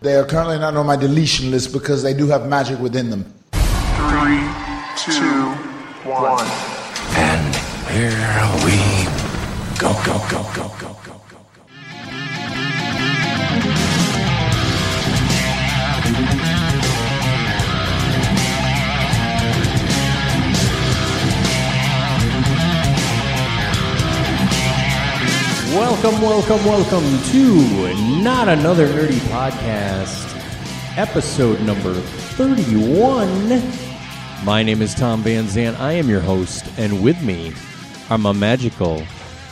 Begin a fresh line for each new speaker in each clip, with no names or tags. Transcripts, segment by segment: They are currently not on my deletion list because they do have magic within them.
Three, two, one.
And here we go, go, go, go, go, go, go.
Welcome, welcome, welcome to Not Another Nerdy Podcast, episode number 31. My name is Tom Van Zant. I am your host, and with me are my magical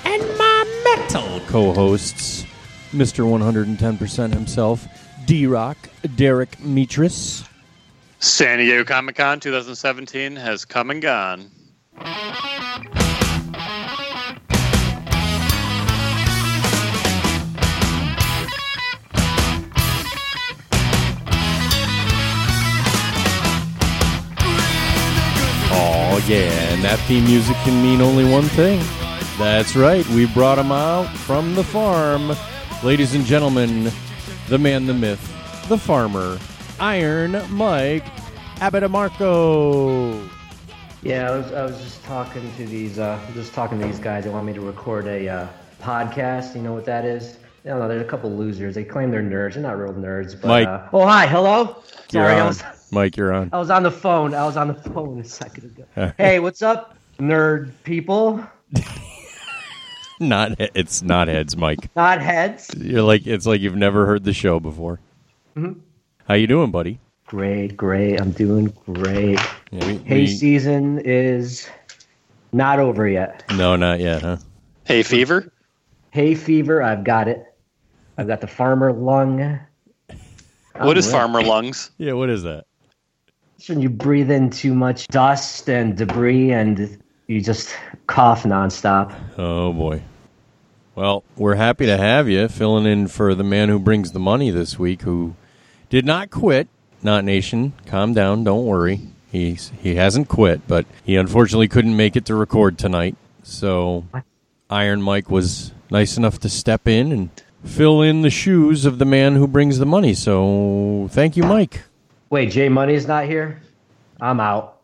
and my metal co hosts, Mr. 110% himself, D Rock, Derek Mitris.
San Diego Comic Con 2017 has come and gone.
Oh, yeah, and that theme music can mean only one thing. That's right, we brought him out from the farm. Ladies and gentlemen, the man, the myth, the farmer, Iron Mike Abitamarco.
Yeah, I was, I was just talking to these uh, just talking to these guys. They want me to record a uh, podcast. You know what that is? I don't know. There's a couple losers. They claim they're nerds. They're not real nerds. But
Mike.
Uh, oh hi, hello. Sorry, I was
Mike, you're on.
I was on the phone. I was on the phone a second ago. hey, what's up, nerd people?
Not it's not heads, Mike.
Not heads.
You're like it's like you've never heard the show before. How you doing, buddy?
Great, great. I'm doing great.
Yeah, we-
Hay
we-
season is not over yet.
no, not yet, huh?
Hey, fever.
Hay fever. I've got it. I've got the farmer lung.
Oh,
What is
with.
farmer lungs?
Yeah, what is that?
It's when you breathe in too much dust and debris and you just cough nonstop.
Oh boy. Well, we're happy to have you filling in for the man who brings the money this week, who did not quit. Not Nation, calm down, don't worry. He's he hasn't quit, but he unfortunately couldn't make it to record tonight. So Iron Mike was nice enough to step in and fill in the shoes of the man who brings the money. So thank you, Mike.
Wait, Jay Money's not here? I'm out.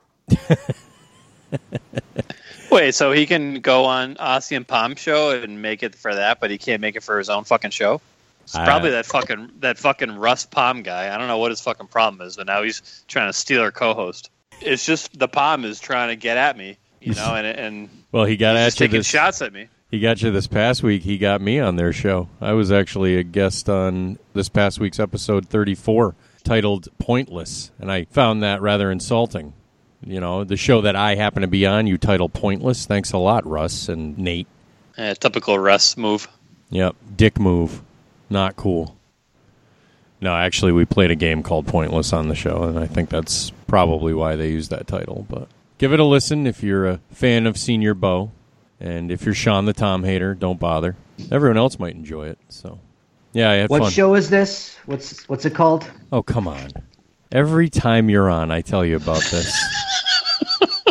Wait, so he can go on Ossie and Palm show and make it for that, but he can't make it for his own fucking show. It's
I-
probably that fucking that fucking Russ Palm guy. I don't know what his fucking problem is, but now he's trying to steal our co-host. It's just the Palm is trying to get at me, you know, and and
Well, he got
he's
at
just
you
taking
this,
shots at me.
He got you this past week. He got me on their show. I was actually a guest on this past week's episode 34 titled Pointless, and I found that rather insulting. You know, the show that I happen to be on, you title Pointless. Thanks a lot, Russ and Nate.
Yeah, typical Russ move.
Yep, dick move. Not cool. No, actually, we played a game called Pointless on the show, and I think that's probably why they used that title. But give it a listen if you're a fan of Senior Bo, and if you're Sean the Tom hater, don't bother. Everyone else might enjoy it. So, yeah, I had
What
fun.
show is this? What's what's it called?
Oh, come on! Every time you're on, I tell you about this.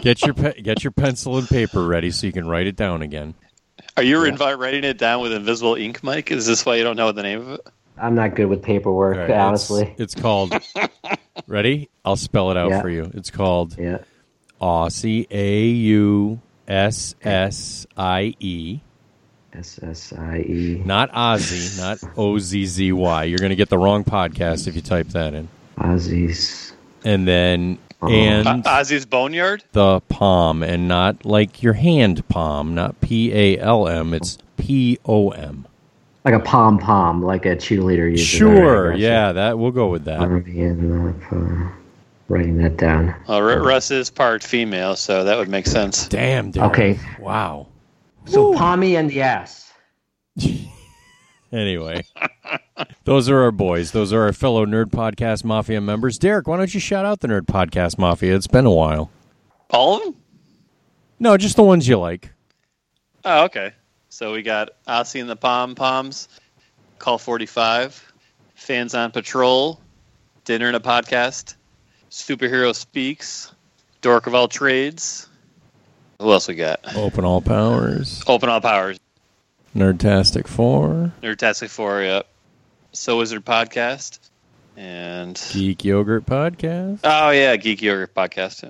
get your pe- get your pencil and paper ready so you can write it down again.
Are you invi- writing it down with invisible ink, Mike? Is this why you don't know the name of it?
I'm not good with paperwork,
All right, it's-
honestly.
it's, called. ready? I'll spell it out
Yeah.
for you. It's called
Yeah.
Aussie A U S S I E,
S S I E.
not Aussie, not O Z Z Y. You're going to get the wrong podcast if you type that in.
Aussies.
And then
O-
Uh-huh.
and
Ozzy's Boneyard.
the palm, and not like your hand palm, not P A L M. It's
Oh.
P O M.
Like a pom pom, like a cheerleader uses.
Sure, yeah, that we'll go with that.
uh, writing that down.
Well, Ru- Russ is part female, so that would make sense.
Damn, dude.
Okay.
wow.
So Pommy and the ass.
Anyway, those are our boys. Those are our fellow Nerd Podcast Mafia members. Derek, why don't you shout out the Nerd Podcast Mafia? It's been a while.
All of them?
No, just the ones you like.
Oh, okay. So we got Ossie and the Pom Poms, Call 45, Fans on Patrol, Dinner and a Podcast, Superhero Speaks, Dork of All Trades. Who else we got?
Open all powers.
Open All Powers,
Nerdtastic Four.
Nerdtastic 4, yep. So Wizard Podcast, and
Geek Yogurt Podcast.
oh yeah, Geek Yogurt Podcast.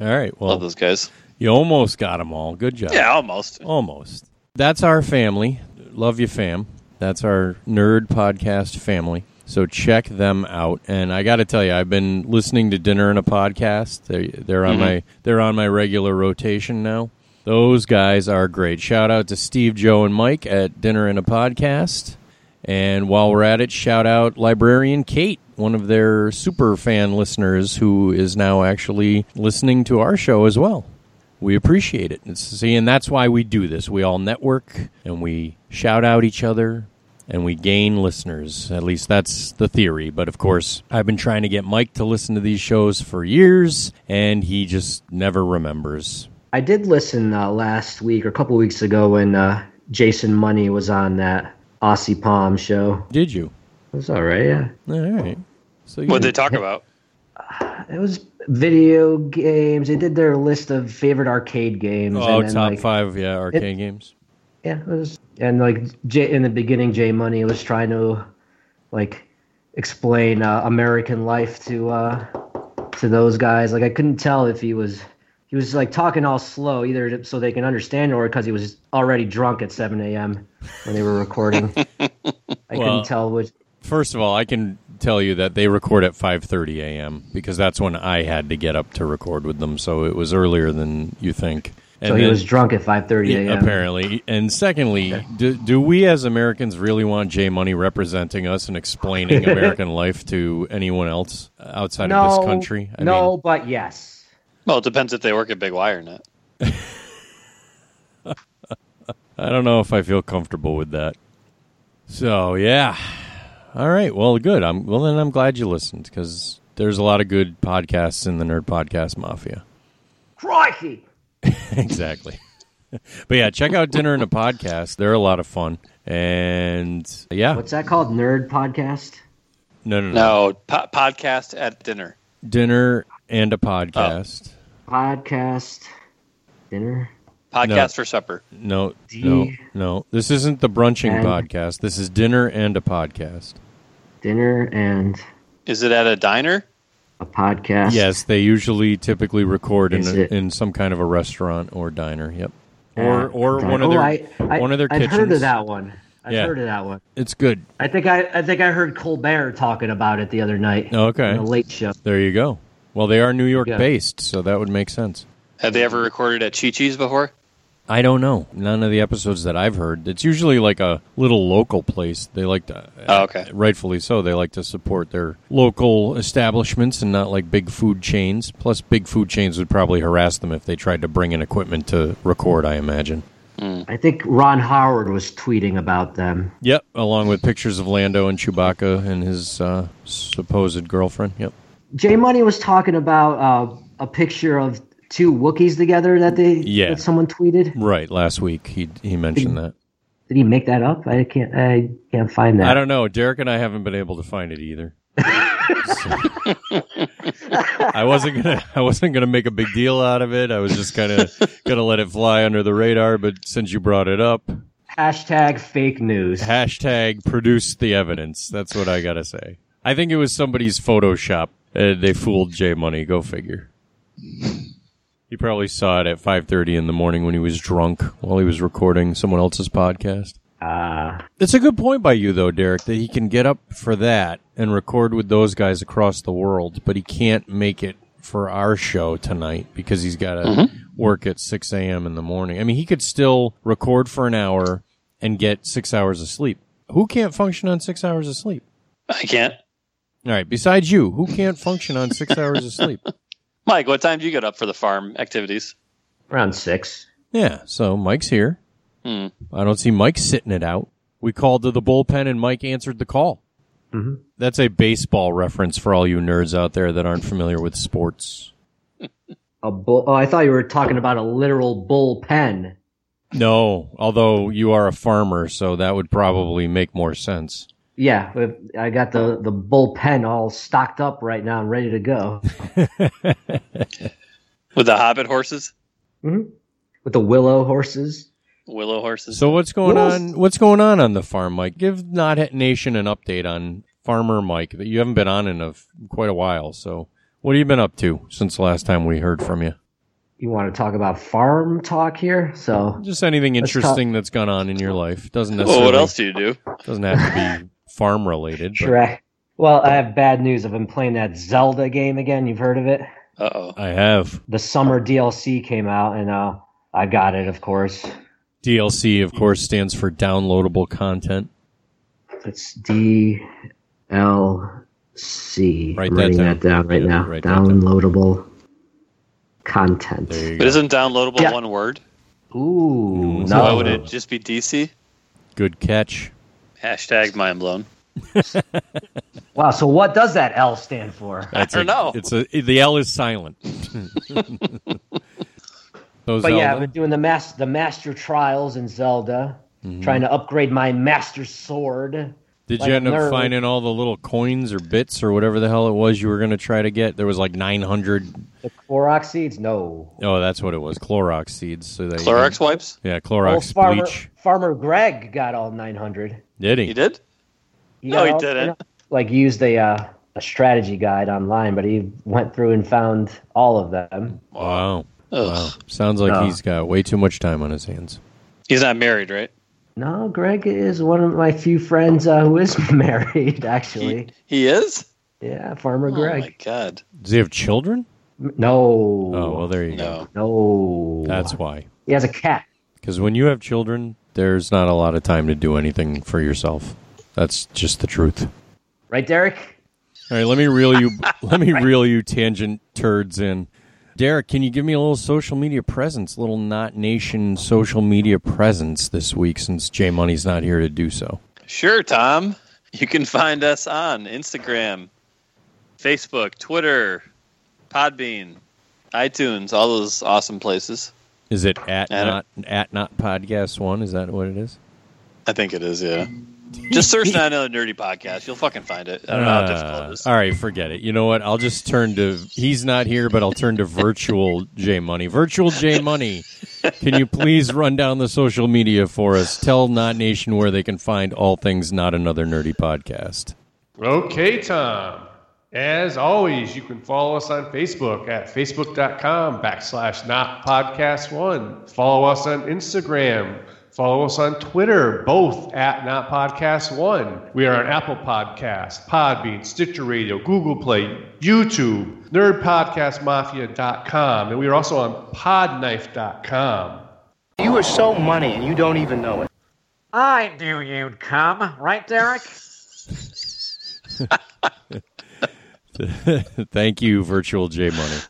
Yeah.
All right. Well,
Love those guys.
you almost got them all. Good job.
Yeah, almost.
Almost. That's our family. Love you, fam. That's our nerd podcast family. So check them out. And I got to tell you, I've been listening to Dinner and a Podcast. They, they're on my they're on my regular rotation now. Those guys are great. Shout out to Steve, Joe, and Mike at Dinner and a Podcast. And while we're at it, shout out librarian Kate, one of their super fan listeners who is now actually listening to our show as well. We appreciate it. It's, see, and that's why we do this. We all network and we shout out each other and we gain listeners. At least that's the theory. But of course, I've been trying to get Mike to listen to these shows for years and he just never remembers.
I did listen uh, last week or a couple weeks ago when uh, Jason Money was on that Aussie Palm show.
Did you?
It was all right, yeah.
All right. So you
What they talk about?
It was video games. They did their list of favorite arcade games.
Oh,
and then,
top
like,
five, yeah, arcade games.
Yeah, it was, and like J, in the beginning, Jay Money was trying to like explain uh, American life to uh, to those guys. Like I couldn't tell if he was he was like talking all slow, either so they can understand or because he was already drunk at 7 a.m. when they were recording. I
Well-
couldn't tell which.
First of all, I can tell you that they record at 5:30 a.m. because that's when I had to get up to record with them, so it was earlier than you think. And
So he
then-
was drunk at 5:30
yeah,
a.m.
apparently. And secondly, do, do we as Americans really want Jay Money representing us and explaining American life to anyone else outside of
No,
this country? I
no,
mean,
but yes.
Well, it depends if they work at Big Y or not.
I don't know if I feel comfortable with that. So yeah, all right. Well, good. I'm well. Then I'm glad you listened because there's a lot of good podcasts in the Nerd Podcast Mafia.
Crikey!
exactly. but yeah, check out Dinner and a Podcast. They're a lot of fun. And yeah,
What's that called? Nerd podcast.
no, no, no,
No, po- podcast at dinner.
Dinner and a Podcast.
Podcast. Dinner.
Podcast
No.
for supper.
No,
D-
no, no. This isn't the brunching
And-
podcast. This is Dinner and a Podcast.
Dinner and
Is it at a diner?
a podcast.
Yes, they usually typically record in
Is
a,
it-
in some kind of a restaurant or diner. Yep.
Uh,
Or or
Diner.
one of
Oh,
their
I, I,
one of their
I've
kitchens.
heard of that one. I've
Yeah.
heard of that one.
It's good.
I think I, I think I heard Colbert talking about it the other night.
Oh, Okay.
on the Late Show.
There you go. Well, they are New York
Yeah.
based, so that would make sense.
Have they ever recorded at Chi Chi's before?
I don't know. None of the episodes that I've heard. It's usually like a little local place. They like to,
Oh, okay.
rightfully so. They like to support their local establishments and not like big food chains. Plus, big food chains would probably harass them if they tried to bring in equipment to record. I imagine.
I think Ron Howard was tweeting about them.
Yep, along with pictures of Lando and Chewbacca and his uh, supposed girlfriend. Yep.
Jay Money was talking about uh, a picture of two Wookiees together that they
Yeah.
that someone tweeted.
Right. Last week he he mentioned that.
Did he make that up? I can't I can't find that.
I don't know. Derek and I haven't been able to find it either. So- I wasn't gonna. I wasn't gonna make a big deal out of it. I was just kind of gonna let it fly under the radar. But since you brought it up,
Hashtag fake news.
hashtag produce the evidence. That's what I gotta say. I think it was somebody's Photoshop. Uh, they fooled J Money. Go figure. He probably saw it at 5:30 in the morning when he was drunk while he was recording someone else's podcast.
Uh,
It's a good point by you, though, Derek, that he can get up for that and record with those guys across the world, but he can't make it for our show tonight because he's got to work at 6 a.m. in the morning. I mean, he could still record for an hour and get six hours of sleep. Who can't function on six hours of sleep?
I can't.
All right, besides you, who can't function on six hours of sleep?
Mike, what time do you get up for the farm activities?
around six.
Yeah, so Mike's here.
Hmm.
I don't see Mike sitting it out. We called to the bullpen and Mike answered the call.
Mhm.
That's a baseball reference for all you nerds out there that aren't familiar with sports.
A bull. Oh, I thought you were talking about a literal bullpen.
No, although you are a farmer, so that would probably make more sense.
Yeah, but I got the the bullpen all stocked up right now and ready to go
With the hobbit horses?
Mm-hmm. with the willow horses.
Willow horses?
So what's going
Yes.
on? What's going on on the farm, Mike? Give Not Nation an update on Farmer Mike, that you haven't been on in a, quite a while. So, what have you been up to since the last time we heard from you?
You want to talk about farm talk here? So
Just anything
Let's talk-
interesting that's gone on in your life. Doesn't necessarily
Well, what else do you do?
doesn't have to be farm related. but
Shrek. Well, I have bad news. I've been playing that Zelda game again. You've heard of it?
Uh oh.
I have
The
Oh.
summer DLC came out, and uh, I got it, of course.
DLC, of course, stands for downloadable content.
It's DLC.
Write
I'm
that
writing
down.
that down right
Yeah,
now.
write that down.
Downloadable content.
There you
But
go.
isn't downloadable
Yeah. Oh.
one word?
Ooh,
So why
no.
would it just be DC?
Good catch.
Hashtag mind blown.
Wow. So what does that L stand for?
That's
I don't
a-
know.
It's a the L is silent. Those
But yeah, I've
Zelda-
been doing the mas- the master trials in Zelda, trying to upgrade my master sword.
Did
like
you end up
nerd.
finding all the little coins or bits or whatever the hell it was you were going to try to get? There was like 900.
The Clorox seeds? No.
Oh, that's what it was. Clorox seeds. So that you
Clorox wipes?
can- yeah,
Oh,
Clorox
Farmer,
bleach.
Farmer Greg got all 900.
Did he?
You did?
He
No,
got
he
all-
didn't.
Like, used a, uh, a strategy guide online, but he went through and found all of them.
Wow.
Ugh.
Wow. Sounds like
No.
he's got way too much time on his hands.
He's not married, right?
No, Greg is one of my few friends uh, who is married, actually.
He is?
yeah, Farmer
Oh my
Greg.
god.
Does he have children?
No.
Oh, well, there you go.
No.
no.
That's why.
He has a cat.
Because when you have children, there's not a lot of time to do anything for yourself. That's just the truth.
Right, Derek?
All right, let me reel you. let me reel you tangent turds in. Derek, can you give me a little social media presence, little not nation social media presence this week since J Money's not here to do so?
Sure, Tom. You can find us on Instagram, Facebook, Twitter, Podbean, iTunes, all those awesome places.
Is it at
At-
not at not podcast one? Is that what it is?
I think it is, yeah. Just search not another nerdy podcast. You'll fucking find it. I don't know how difficult it
Uh,
is.
all right, forget it. You know what? I'll just turn to. He's not here, but I'll turn to virtual J Money. Virtual J Money, can you please run down the social media for us? Tell Not Nation where they can find all things Not Another Nerdy Podcast.
Okay, Tom. As always, you can follow us on Facebook at facebook.com backslash not podcast one. Follow us on Instagram. Follow us on Twitter, both at not podcast one. We are on Apple Podcasts, Podbean, Stitcher Radio, Google Play, YouTube, nerdpodcastmafia.com, and we are also on podknife.com.
You are so money and you don't even know it.
I knew you'd come, right, Derek?
Thank you, Virtual J Money.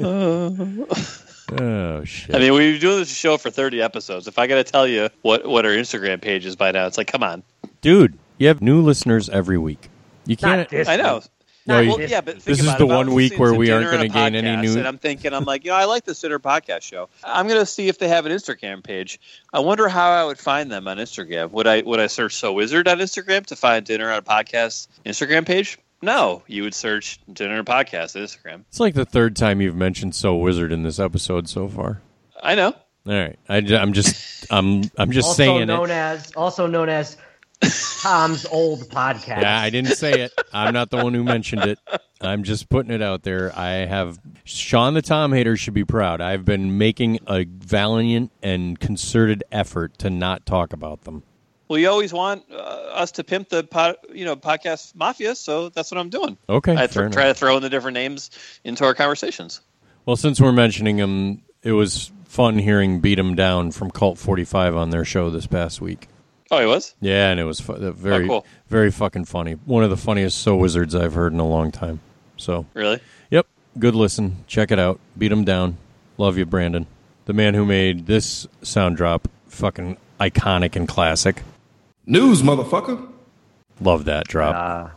oh shit!
I mean, we've been doing this show for 30 episodes. If I got to tell you what, what our Instagram page is by now, it's like, come on.
dude, you have new listeners every week. You
Not
can't.
this.
I know.
No, you-
yeah, but think
this is
about
the
it. If I
one
was
week
listening
where
to
we aren't
dinner and
gonna gain
podcasts,
any new-
And I'm thinking, I'm like, you know, I like the Sinner podcast show. I'm going to see if they have an Instagram page. I wonder how I would find them on Instagram. Would I would I search So Wizard on Instagram to find Dinner on a Podcast Instagram page? No, you would search Dinner and Podcast on Instagram.
It's like the third time you've mentioned So Wizard in this episode so far.
I know.
All right, I, am just, I'm, I'm just
Also
saying
known
it.
as also known as Tom's old podcast.
Yeah, I didn't say it. I'm not the one who mentioned it. I'm just putting it out there. I have Sean the Tom hater should be proud. I've been making a valiant and concerted effort to not talk about them.
Well, you always want uh, us to pimp the pod, you know podcast mafia, so that's what I'm doing.
Okay,
I
fair
th- try to throw in the different names into our conversations.
Well, since we're mentioning him, it was fun hearing "Beat 'Em Down" from Cult Forty Five on their show this past week.
Oh, he was.
Yeah, and it was fu- very,
Oh, cool.
very fucking funny. One of the funniest So Wizards I've heard in a long time. So,
Really?
yep, good listen. Check it out. Beat 'Em Down. Love you, Brandon, the man who made this sound drop fucking iconic and classic.
News, motherfucker.
Love that drop.
Ah.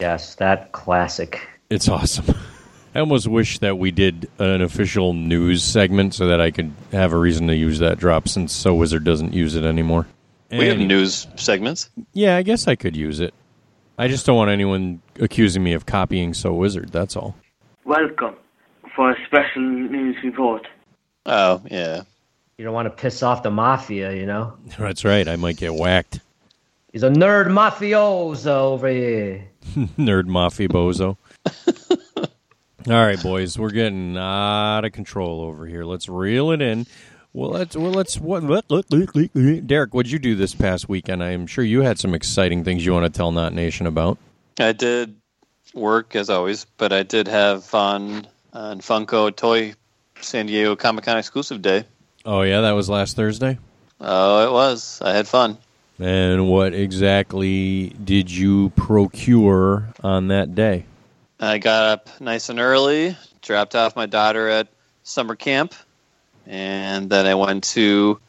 Yes, that classic.
It's awesome. I almost wish that we did an official news segment so that I could have a reason to use that drop since So Wizard doesn't use it anymore.
We have
And-
news segments.
Yeah, I guess I could use it. I just don't want anyone accusing me of copying So Wizard. That's all.
Welcome for a special news report.
Oh, yeah.
You don't want to piss off the mafia, you know?
That's right. I might get whacked.
He's a nerd mafioso over here.
Nerd Mafia Bozo. All right, boys, we're getting out of control over here. Let's reel it in. Well, let's well let's what let, let, let, let- let- Derek, what'd you do this past weekend? I am sure you had some exciting things you want to tell Not Nation about.
I did work as always, but I did have fun on Funko Toy San Diego Comic Con exclusive day.
Oh yeah, that was last Thursday.
Oh, it was. I had fun.
And what exactly did you procure on that day?
I got up nice and early, dropped off my daughter at summer camp, and then I went to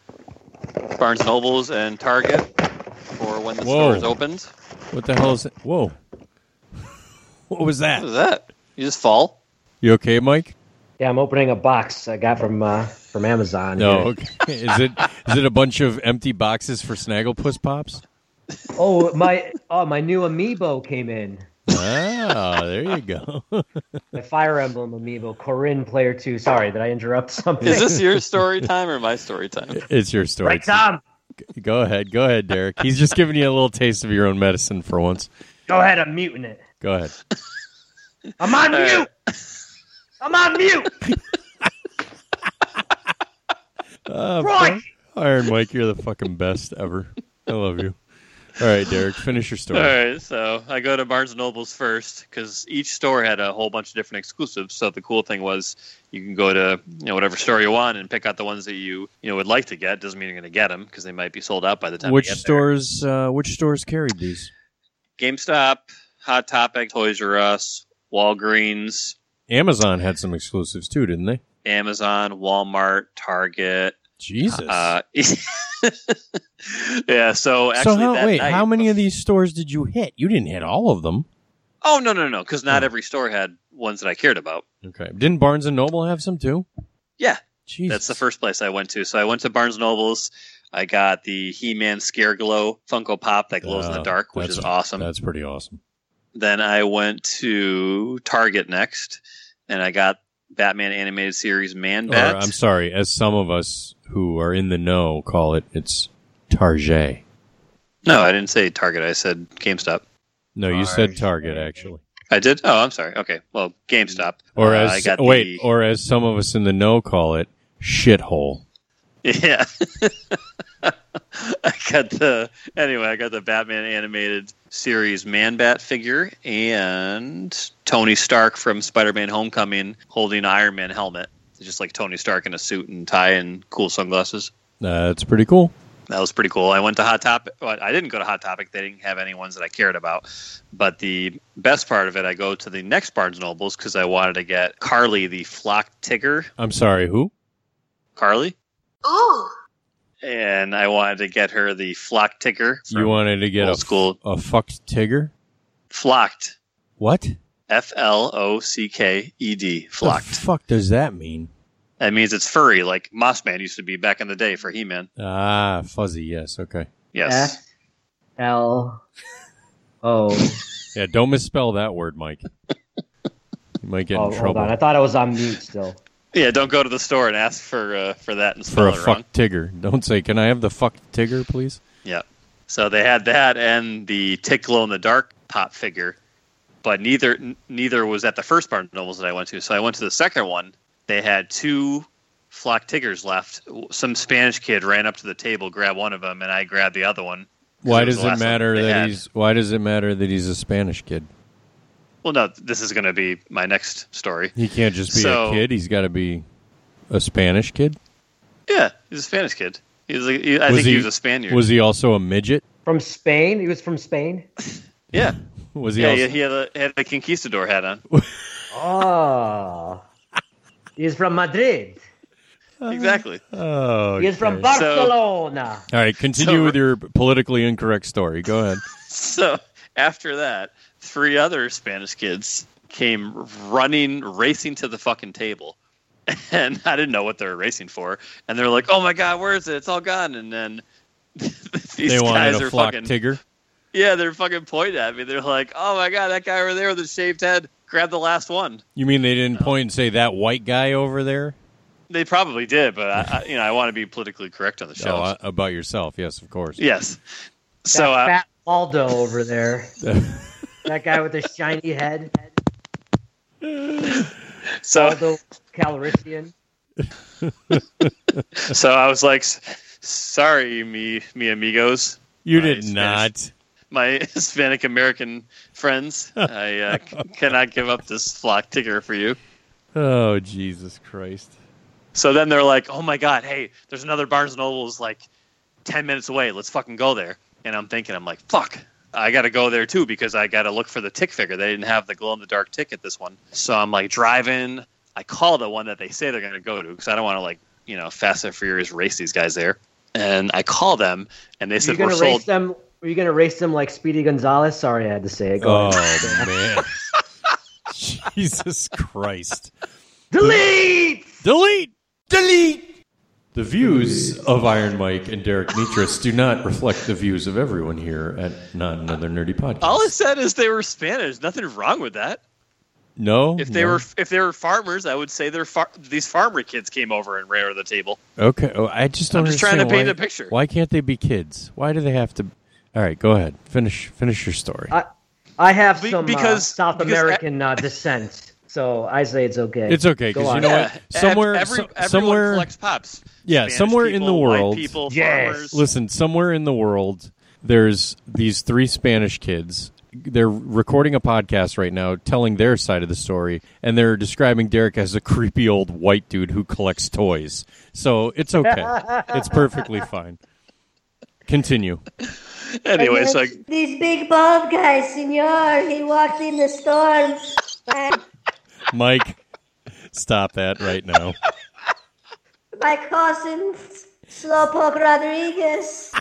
Barnes Nobles and Target for when the
Whoa.
stores opened.
What the hell is that? Whoa. what was
What
that?
was that? You just fall?
You okay, Mike?
Yeah, I'm opening a box I got from uh, from Amazon.
No.
here.
Oh, Okay. Is it is it a bunch of empty boxes for Snagglepuss Pops?
Oh my! Oh my new amiibo came in.
Ah, there you go.
My Fire Emblem amiibo, Corinne Player Two. Sorry, did I interrupt something?
Is this your story time or my story time?
It's your story.
right, Tom?
Go ahead. Go ahead, Derek. He's just giving you a little taste of your own medicine for once.
Go ahead, I'm muting it.
Go ahead.
I'm on
All right.
mute. I'm on mute.
Uh,
Right.
Iron Mike, you're the fucking best ever. I love you. All right, Derek, finish your story.
All right, so I go to Barnes and Nobles first because each store had a whole bunch of different exclusives. So the cool thing was you can go to you know whatever store you want and pick out the ones that you you know would like to get. Doesn't mean you're going to get them because they might be sold out by the time. you
Which
get there.
stores? Uh, which stores carried these?
GameStop, Hot Topic, Toys R Us, Walgreens,
Amazon had some exclusives too, didn't they?
Amazon, Walmart, Target.
Jesus.
Uh, yeah, so actually,
so how,
that
wait,
night-
how many of these stores did you hit? You didn't hit all of them.
Oh no, no, no, because not every store had ones that I cared about.
Okay. Didn't Barnes and Noble have some too?
Yeah,
Jesus.
That's the first place I went to. So I went to Barnes Nobles. I got the He-Man Scare Glow Funko Pop that glows in
Uh,
the dark, which
that's-
is awesome.
That's pretty awesome.
Then I went to Target next, and I got Batman animated series Man
Or, um,
Bat.
I'm sorry, as some of us who are in the know call it, it's Target.
no, I didn't say Target. I said GameStop.
No, you said Target actually.
I did. Oh, I'm sorry. Okay. Well, GameStop.
Or
Uh,
as
I got
wait,
the-
or as some of us in the know call it, shithole.
Yeah. I got the anyway. I got the Batman animated series Man Bat figure and Tony Stark from Spider-Man: Homecoming holding an Iron Man helmet, It's just like Tony Stark in a suit and tie and cool sunglasses.
That's pretty cool.
That was pretty cool. I went to Hot Topic. Well, I didn't go to Hot Topic. They didn't have any ones that I cared about. But the best part of it, I go to the next Barnes Nobles because I wanted to get Carly the Flock Ticker.
I'm sorry, who?
Carly.
Ooh.
and I wanted to get her the flock ticker.
you
from
wanted to get
old
a
school
a fucked Tigger?
flocked.
What?
F L O C K E D
The
flocked.
fuck does that mean?
That means it's furry, like Mossman used to be back in the day for He Man.
Ah, fuzzy. Yes. Okay.
Yes.
F L O. Oh,
Yeah. Don't misspell that word, Mike. you might get
Oh,
in
hold
trouble
on. I thought I was on mute still.
Yeah, don't go to the store and ask for uh, for that and
for
spell
a
it wrong.
fucked Tigger. Don't say, "Can I have the fucked Tigger, please?"
Yeah. So they had that and the Tick Glow in the Dark pop figure, but neither n- neither was at the first Barnes Nobles that I went to. So I went to the second one. They had two flock tiggers left. Some Spanish kid ran up to the table, grabbed one of them, and I grabbed the other one. 'Cause
Why
was
does it
the last one
matter
they
that
had.
he's? Why does it matter that he's a Spanish kid?
Well, no, this is going to be my next story.
He can't just be
So-
a kid. He's got to be a Spanish kid.
Yeah, he's a Spanish kid. He's a, he, I think he, was a Spaniard.
Was he also a midget?
From Spain? He was from Spain?
yeah,
Was he?
yeah,
also,
yeah. He had a, had a conquistador hat on.
Oh. He's from Madrid.
exactly.
Oh,
He's from
okay.
Barcelona.
All right, continue
So-
with your politically incorrect story. Go ahead.
So after that, three other Spanish kids came running, racing to the fucking table. And I didn't know what they were racing for. And they're like, oh my God, where is it? It's all gone. And then these
they wanted
guys
a
are
flock
fucking.
tigger.
yeah, they're fucking pointing at me. They're like, oh my God, that guy over there with the shaved head, grab the last one.
You mean they didn't point and say that white guy over there? Oh,
They probably did, but I, I, you know, I want to be politically correct on the show.
Oh, uh, about yourself. Yes, of course.
yes. So uh,
fat Aldo over there. that guy with the shiny head,
So
Aldo Calrissian.
so I was like, "S- sorry, me me amigos,
You
Nice,
did not.
my Hispanic American friends. I uh, c- cannot give up this flock ticker for you.
Oh Jesus Christ!
So then they're like, "Oh my God, hey, there's another Barnes and Noble's like ten minutes away. Let's fucking go there." And I'm thinking, I'm like, "Fuck, I got to go there too because I got to look for the tick figure. They didn't have the glow in the dark tick at this one." So I'm like driving. I call the one that they say they're going to go to because I don't want to like you know Fast and Furious race these guys there. And I call them, and they
You're
said we're
gonna
sold.
race them. Were you gonna race them like Speedy Gonzalez? Sorry, I had to say it. Go ahead.
Oh man! Jesus Christ!
Delete.
Delete! Delete! The views of Iron Mike and Derek Nitris do not reflect the views of everyone here at Not Another Nerdy Podcast.
All it said is they were Spanish. Nothing wrong with that.
no,
If they
no.
were if they were farmers, I would say they're far- these farmer kids came over and ran over the table.
okay, oh, I just don't.
I'm just trying to
understand
paint
why-
a picture.
Why can't they be kids? Why do they have to? All right, go ahead. Finish. Finish your story.
I, I have
Be-
some uh,
because-
South
because I-
American uh, descent, so I say it's okay.
it's okay
Go
because you
on.
know
Yeah,
what?
ev-
Somewhere,
E-, every-
so-
everyone
somewhere,
collects pops.
Yeah,
Spanish
somewhere in
people,
the world-
white people,
Yes.
farmers.
Listen, somewhere in the world, there's these three Spanish kids. They're recording a podcast right now, telling their side of the story, and they're describing Derek as a creepy old white dude who collects toys. So it's okay. it's perfectly fine. Continue.
Anyway, so I,
This big bald guy, senor, he walked in the storm. And
Mike, stop that right now.
my cousin, Slowpoke Rodriguez.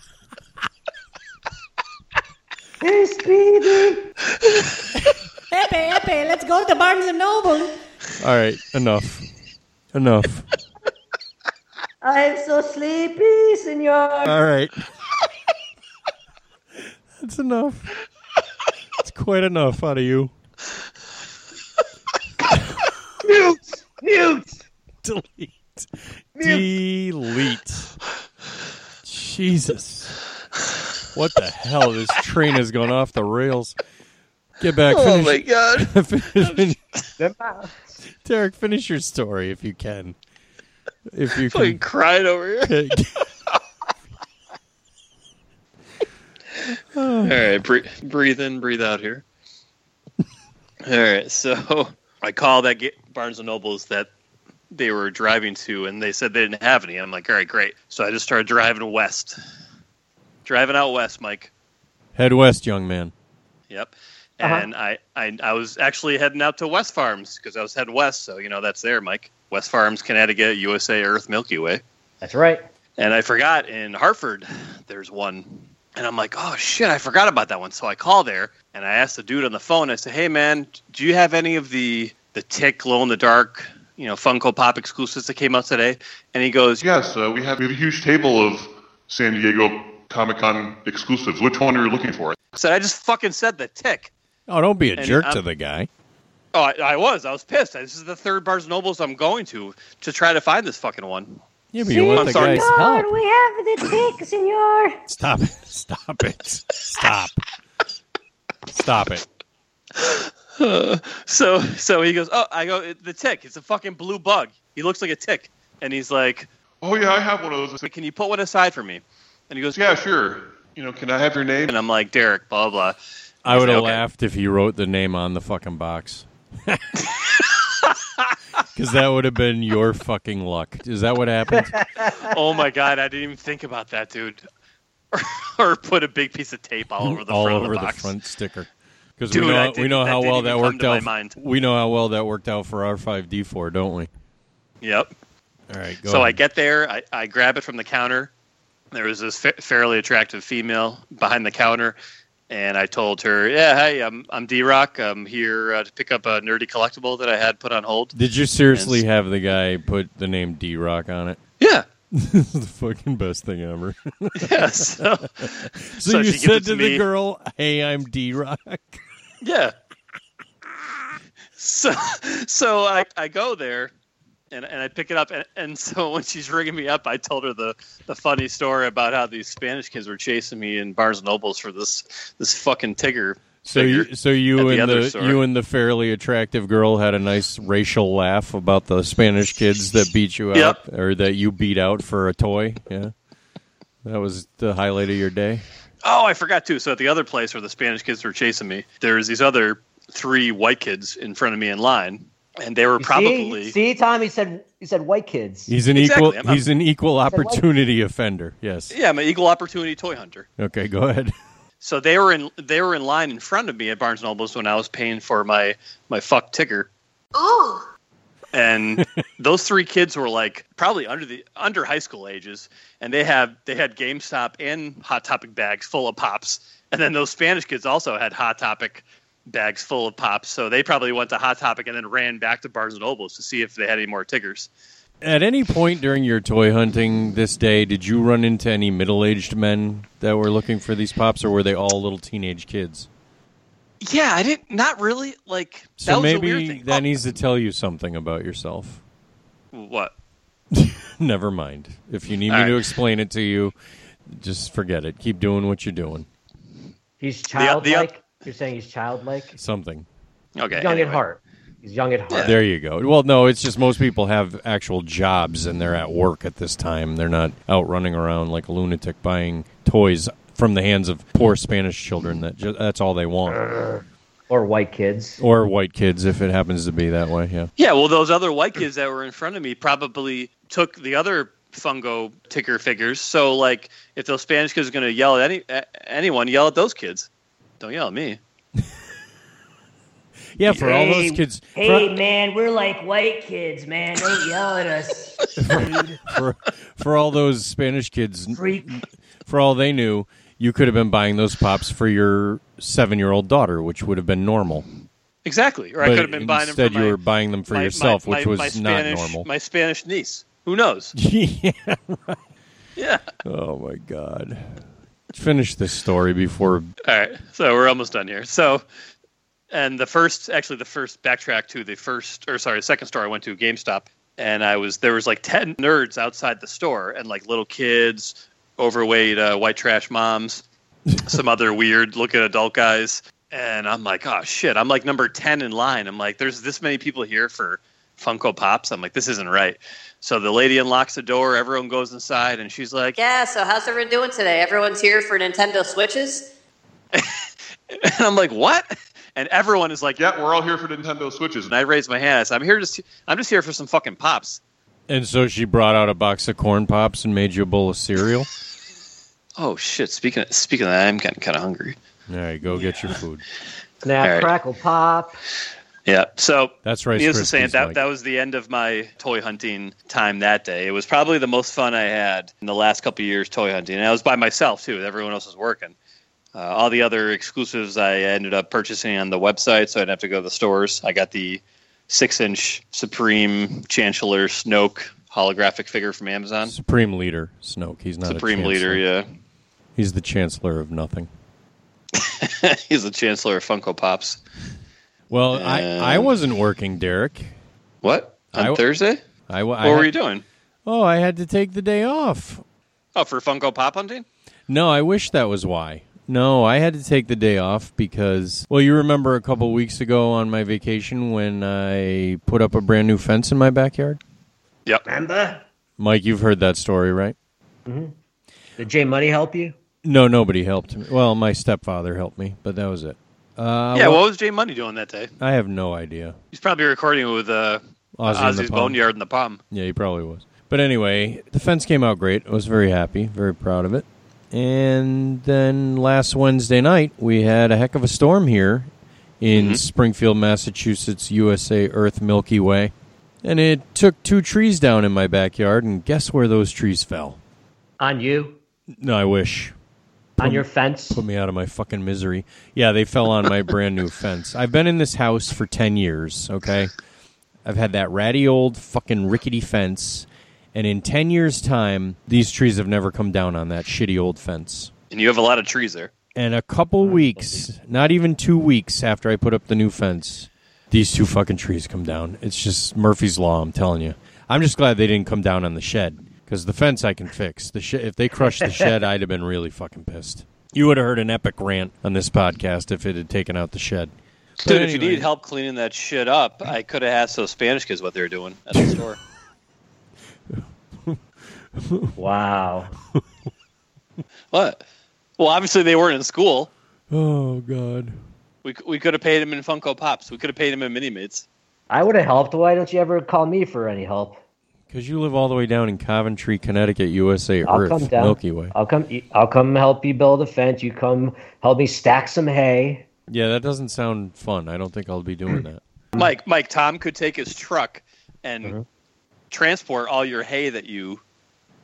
Hey, Speedy.
Epe, Epe, let's go to Barnes and Noble.
All right, enough. Enough.
I am so sleepy, senor.
All right. That's enough. That's quite enough out of you.
Mute. Mute.
delete. Delete. Jesus. What the hell? This train has gone off the rails. Get back.
oh my
finish,
god,
finish- Derek, finish your story if you can. If you
fucking
can.
crying over here. All right, bre- breathe in, breathe out here. All right, so I call that ga- Barnes and Nobles that they were driving to, and they said they didn't have any. I'm like, all right, great. So I just started driving west, driving out west, Mike.
Head west, young man.
Yep.
Uh-huh.
And I, I I was actually heading out to West Farms because I was heading west, so you know that's there, Mike. West Farms, Connecticut, USA Earth Milky Way.
That's right.
And I forgot in Hartford there's one. And I'm like, oh shit, I forgot about that one. So I call there and I asked the dude on the phone, I said, Hey man, do you have any of the the tick glow in the dark, you know, Funko Pop exclusives that came out today? And he goes,
Yes, uh, we, have, we have a huge table of San Diego Comic Con exclusives. Which one are you looking for?
I said, I just fucking said the tick.
Oh, don't be a
And
jerk to
I'm-
the guy.
Oh, I, I was. I was pissed. This is the third Barnes and Nobles I'm going to to try to find this fucking one.
Yeah, but you want
I'm
the
sorry.
guy's help.
Senor, we have the tick, senor.
Stop it. Stop it. Stop. Stop it.
So so he goes, oh, I go the tick. It's a fucking blue bug. He looks like a tick, and he's like,
Oh, yeah, I have one of those. I said,
can you put one aside for me? And he goes,
yeah, sure. You know, can I have your name?
And I'm like, Derek, blah blah. blah."
I would have
Okay.
laughed if he wrote the name on the fucking box. Because that would have been your fucking luck. Is that what happened?
Oh my god, I didn't even think about that, dude. or put a big piece of tape all over the
All
front
over
of the
the,
box.
front sticker. Because we
Dude, I
know we
didn't-
know
that
how
didn't
well
even
that
come
worked
to my
out.
mind.
We know how well that worked out for R five D four, don't we?
Yep.
All right, go
so I
ahead.
get there, I, I grab it from the counter. There was this fa- fairly attractive female behind the counter, and I told her, "Yeah, hey, I'm I'm D Rock. I'm here uh, to pick up a nerdy collectible that I had put on hold."
Did you seriously have the guy put the name D Rock on it?
Yeah.
this is the fucking best thing ever.
Yeah. So,
so,
So
you
she gives
said
it
to the
to me.
girl, "Hey, I'm D Rock."
yeah. So so I I go there, and, and I pick it up. And, and so when she's ringing me up, I told her the, the funny story about how these Spanish kids were chasing me in Barnes and Nobles for this this fucking Tigger.
So you,
figure
so you
at
and
other
the
store.
you and the fairly attractive girl had a nice racial laugh about the Spanish kids that beat you
Yep.
out or that you beat out for a toy. Yeah, that was the highlight of your day.
Oh, I forgot too. So at the other place where the Spanish kids were chasing me, there was these other three white kids in front of me in line, and they were
You see?
probably
See, Tom, he said he said white kids.
He's an
Exactly,
equal
I'm- I'm-
he's an equal
Is that right?
opportunity offender. Yes.
yeah, I'm an equal opportunity toy hunter.
Okay, go ahead.
So they were in they were in line in front of me at Barnes and Nobles when I was paying for my my fuck ticker.
Ooh.
and those three kids were like probably under the under high school ages and they have they had GameStop and Hot Topic bags full of pops and then those Spanish kids also had Hot Topic bags full of pops so they probably went to Hot Topic and then ran back to Barnes and Nobles to see if they had any more tickers
At any point during your toy hunting this day, did you run into any middle-aged men that were looking for these pops, or were they all little teenage kids?
yeah I didn't not really like
So
that was
maybe
a weird thing Oh.
that needs to tell you something about yourself.
what
Never mind. If you need
All
me
right.
to explain it to you, just forget it. Keep doing what you're doing.
He's
the
childlike. You're saying he's childlike.
Something.
Okay.
He's young at heart. He's young at heart.
There you go. Well, no, it's just most people have actual jobs and they're at work at this time. They're not out running around like a lunatic buying toys from the hands of poor Spanish children. That ju- that's all they want.
Or white kids.
Or white kids, if it happens to be that way. Yeah.
Yeah, well, those other white kids that were in front of me probably took the other fungo ticker figures. So, like, if those Spanish kids are going to yell at any a- anyone, yell at those kids. Don't yell at me.
Yeah, for all those
Hey,
kids.
Hey, man, we're like white kids, man. Don't yell at us.
for for all those Spanish kids,
Freak.
for all they knew, you could have been buying those pops for your seven-year-old daughter, which would have been normal.
Exactly. Or I
But
could have been buying them for
instead you
my-
were buying them for
my-
yourself,
my-
which
my-
was
my
not
Spanish-
normal.
My Spanish niece. Who knows?
yeah. Right.
Yeah.
Oh my god. Finish this story before.
All right, so we're almost done here. So, and the first, actually, the first backtrack to the first, or sorry, the second store I went to, GameStop, and I was there was like ten nerds outside the store, and like little kids, overweight uh, white trash moms, some other weird looking adult guys, and I'm like, oh shit, I'm like number ten in line. I'm like, there's this many people here for Funko Pops. I'm like, this isn't right. So the lady unlocks the door, everyone goes inside, and she's like,
Yeah, so how's everyone doing today? Everyone's here for Nintendo Switches?
And I'm like, what? And everyone is like, yeah, we're all here for Nintendo Switches. And I raise my hand. I said, I'm here just, I'm just here for some fucking pops.
And so she brought out a box of corn pops and made you a bowl of cereal.
Oh shit! Speaking of, speaking of that, I'm getting kind of hungry.
All right, go get your food.
Snap,
All right.
crackle, pop.
Yeah. So
That's right.
needless to say, that
Mike.
that was the end of my toy hunting time that day. It was probably the most fun I had in the last couple of years toy hunting, and I was by myself too. Everyone else was working. Uh, all the other exclusives I ended up purchasing on the website, so I didn't have to go to the stores. I got the six-inch Supreme Chancellor Snoke holographic figure from Amazon.
Supreme leader Snoke. He's not
Supreme
a chancellor.
leader, yeah.
He's the chancellor of nothing.
He's the chancellor of Funko Pops.
Well, I, I
Um,
wasn't working, Derek.
What on
I-
Thursday?
I, wa-
What
I
were
had-
you doing?
Oh, I had to take the day off.
Oh, for Funko Pop hunting?
No, I wish that was why. No, I had to take the day off because, well, you remember a couple weeks ago on my vacation when I put up a brand new fence in my backyard?
Yep.
Remember?
Mike, you've heard that story, right?
hmm Did Jay Money help you?
No, nobody helped me. Well, my stepfather helped me, but that was it. Uh,
yeah.
well,
what was Jay Money doing that day?
I have no idea.
He's probably recording with uh,
Ozzy and the
Ozzy's
Palm.
Boneyard in the Palm.
Yeah, he probably was. But anyway, the fence came out great. I was very happy, very proud of it. And then last Wednesday night, we had a heck of a storm here in Springfield, Massachusetts, USA Earth Milky Way. And it took two trees down in my backyard, and guess where those trees fell?
On you?
No, I wish.
On your fence?
Put me out of my fucking misery. Yeah, they fell on my brand new fence. I've been in this house for 10 years, okay? I've had that ratty old fucking rickety fence, and in 10 years' time, these trees have never come down on that shitty old fence.
And you have a lot of trees there.
And a couple weeks, not even two weeks after I put up the new fence, these two fucking trees come down. It's just Murphy's Law, I'm telling you. I'm just glad they didn't come down on the shed because the fence I can fix. The sh- if they crushed the shed, I'd have been really fucking pissed. You would have heard an epic rant on this podcast if it had taken out the shed.
Dude, if you needed help cleaning that shit up, I could have asked those Spanish kids what they were doing at the store.
wow.
What? Well, obviously they weren't in school.
Oh God.
We c- we could have paid them in Funko Pops. We could have paid them in Mini Mates.
I would have helped. Why don't you ever call me for any help?
Because you live all the way down in Coventry, Connecticut, USA,
I'll
Earth,
come down.
Milky Way.
I'll come. I'll come help you build a fence. You come help me stack some hay.
Yeah, that doesn't sound fun. I don't think I'll be doing that.
Mike, Mike, Tom could take his truck and
Uh-huh.
transport all your hay that you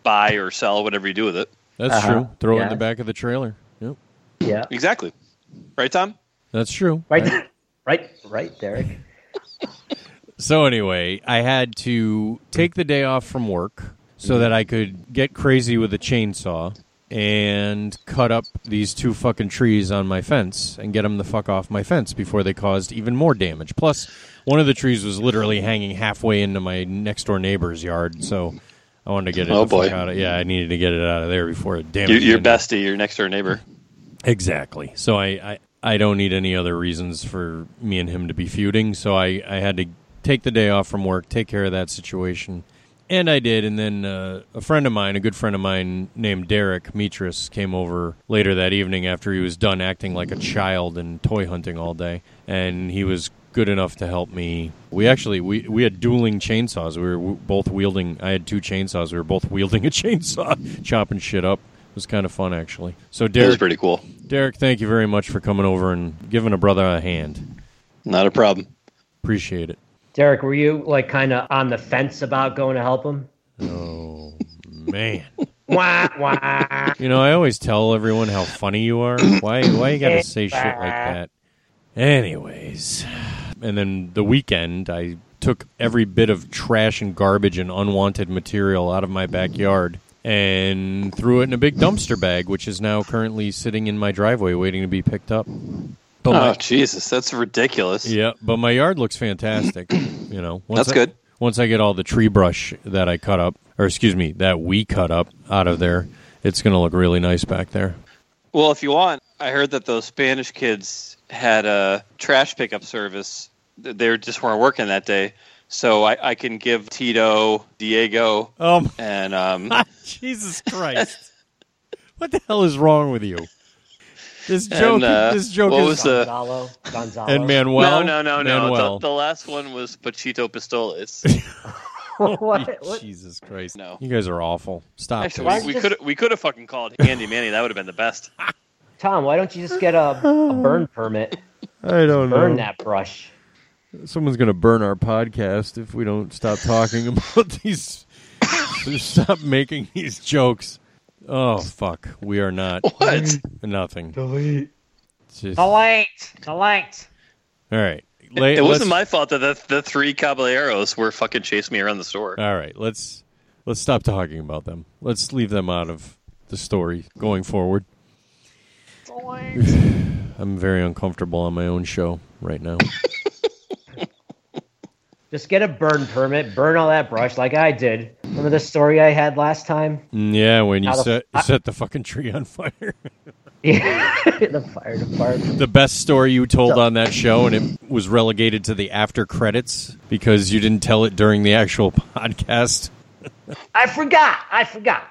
buy or sell, whatever you do with it.
That's
Uh-huh.
true. Throw it in
Yeah.
the back of the trailer. Yep.
Yeah.
Exactly. Right, Tom?
That's true.
Right. Right. Right, Derek.
So anyway, I had to take the day off from work so that I could get crazy with a chainsaw and cut up these two fucking trees on my fence and get them the fuck off my fence before they caused even more damage. Plus, one of the trees was literally hanging halfway into my next door neighbor's yard, so I wanted to get it
Oh,
the fuck
boy.
out of yeah, I needed to get it out of there before it damaged
Your, your
any-
bestie, your next door neighbor.
Exactly. So I, I, I don't need any other reasons for me and him to be feuding. So I, I had to take the day off from work, take care of that situation. And I did. And then uh, a friend of mine, a good friend of mine named Derek Mitris, came over later that evening after he was done acting like a child and toy hunting all day. And he was good enough to help me. We actually we, we had dueling chainsaws. We were w- both wielding. I had two chainsaws. We were both wielding a chainsaw, chopping shit up. It was kind of fun actually. So
It
Derek
was pretty cool.
Derek, thank you very much for coming over and giving a brother a hand.
Not a problem.
Appreciate it.
Derek, were you like kind of on the fence about going to help him?
Oh man.
wah wah.
You know, I always tell everyone how funny you are. Why why you gotta say shit like that? Anyways. And then the weekend I took every bit of trash and garbage and unwanted material out of my backyard and threw it in a big dumpster bag, which is now currently sitting in my driveway waiting to be picked up. But
oh,
my-
Jesus. That's ridiculous.
Yeah, but my yard looks fantastic. you know, once
That's
I-
good.
Once I get all the tree brush that I cut up, or excuse me, that we cut up out of there, it's going to look really nice back there.
Well, if you want, I heard that those Spanish kids had a trash pickup service. Th- They just weren't working that day. So I, I can give Tito, Diego,
Um,
and um,
Jesus Christ! what the hell is wrong with you? This joke,
And, uh,
this joke
what
is
was the- Uh,
Gonzalo. Gonzalo.
and Manuel.
no, no, no, no.
Manuel.
The, the last one was Pachito Pistoles.
oh,
what? what?
Jesus Christ!
No.
You guys are awful. Stop.
Actually,
this.
we could we could have fucking called Andy Manny. That would have been the best.
Tom, why don't you just get a, a burn permit?
I don't
burn
know.
that brush.
Someone's going to burn our podcast if we don't stop talking about these. stop making these jokes. Oh fuck, we are not
What?
nothing.
Delete.
Just- all
Delete. Delete.
right. La-
It, it
let's-
wasn't my fault that the, the three caballeros were fucking chasing me around the store.
All right, let's let's stop talking about them. Let's leave them out of the story going forward. I'm very uncomfortable on my own show right now.
Just get a burn permit. Burn all that brush like I did. Remember the story I had last time?
Mm, yeah, when you
Out of-
set
I-
set the fucking tree on fire.
Yeah. the fire department.
the best story you told on that show, and it was relegated to the after credits because you didn't tell it during the actual podcast.
I forgot. I forgot.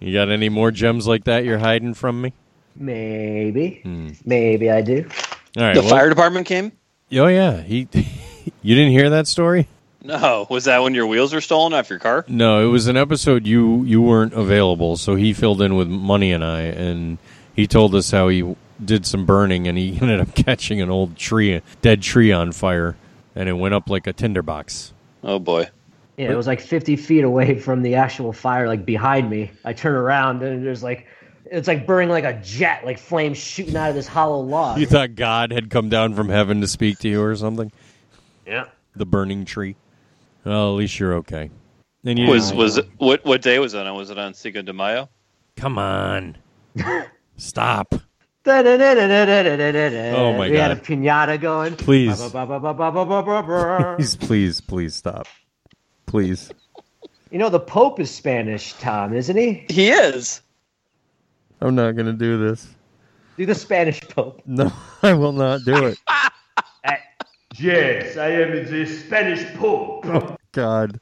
You got any more gems like that you're hiding from me?
Maybe.
Hmm.
Maybe I do.
All right.
the
well-
fire department came.
Oh yeah, he. you didn't hear that story?
No, was that when your wheels were stolen off your car?
No, it was an episode you you weren't available, so he filled in with Money and I, and he told us how he did some burning, and he ended up catching an old tree, a dead tree on fire, and it went up like a tinderbox.
Oh boy.
Yeah, it was like 50 feet away from the actual fire, like behind me. I turn around and there's like, it's like burning like a jet, like flames shooting out of this hollow log.
You thought God had come down from heaven to speak to you or something?
Yeah.
The burning tree. Well, at least you're okay. And you
Was was it, what what day was it on? Was it on Cinco de Mayo?
come on. Stop.
Oh
my
We had a
God.
pinata going.
Please.
Ba, ba, ba, ba, ba, ba, ba, ba, ba.
Please, please, please stop. Please.
You know, the Pope is Spanish, Tom, isn't he?
He is.
I'm not going to do this.
Do the Spanish Pope.
No, I will not do it.
Yes, I am the Spanish Pope.
Oh, God.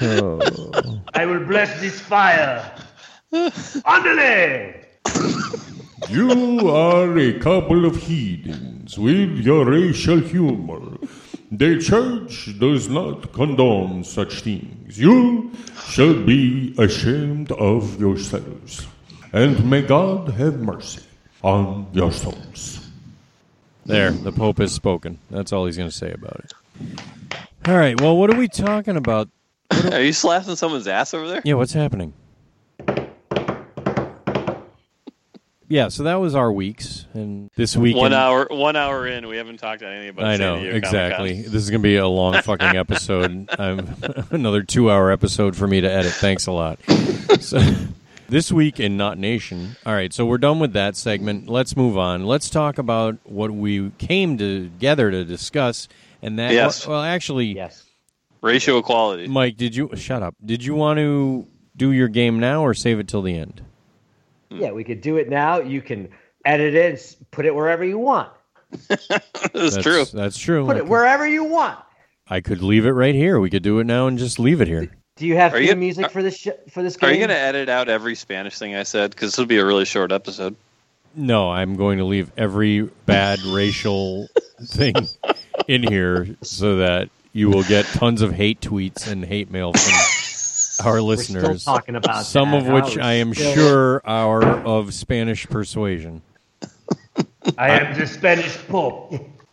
Oh.
I will bless this fire. Andale!
You are a couple of heathens with your racial humor. The church does not condone such things. You shall be ashamed of yourselves. And may God have mercy on your souls.
There, the Pope has spoken. That's all he's going to say about it. All right, well, what are we talking about?
Are you slapping someone's ass over there?
Yeah, what's happening? Yeah, so that was our weeks, and this week
One hour, one hour in, we haven't talked anything about.
I
San
know
Diego
exactly.
Comic-Con.
This is going to be a long fucking episode. I'm, another two-hour episode for me to edit. Thanks a lot. So, this week in Not Nation. All right, so we're done with that segment. Let's move on. Let's talk about what we came together to discuss, and that.
Yes.
Well, actually, yes.
Racial equality.
Mike, did you shut up? Did you want to do your game now or save it till the end?
Yeah, we could do it now. You can edit it, and s- put it wherever you want.
That's, true.
That's true.
Put
I
it
could-
wherever you want.
I could leave it right here. We could do it now and just leave it here.
Do you have
Are
theme
you-
music for this sh- for this game?
Are you going to edit out every Spanish thing I said? Because this will be a really short episode.
No, I'm going to leave every bad racial thing in here so that you will get tons of hate tweets and hate mail from our
still
listeners.
talking about
some
that.
of which
We're
I am
still-
sure are of Spanish persuasion.
I am the Spanish Pope.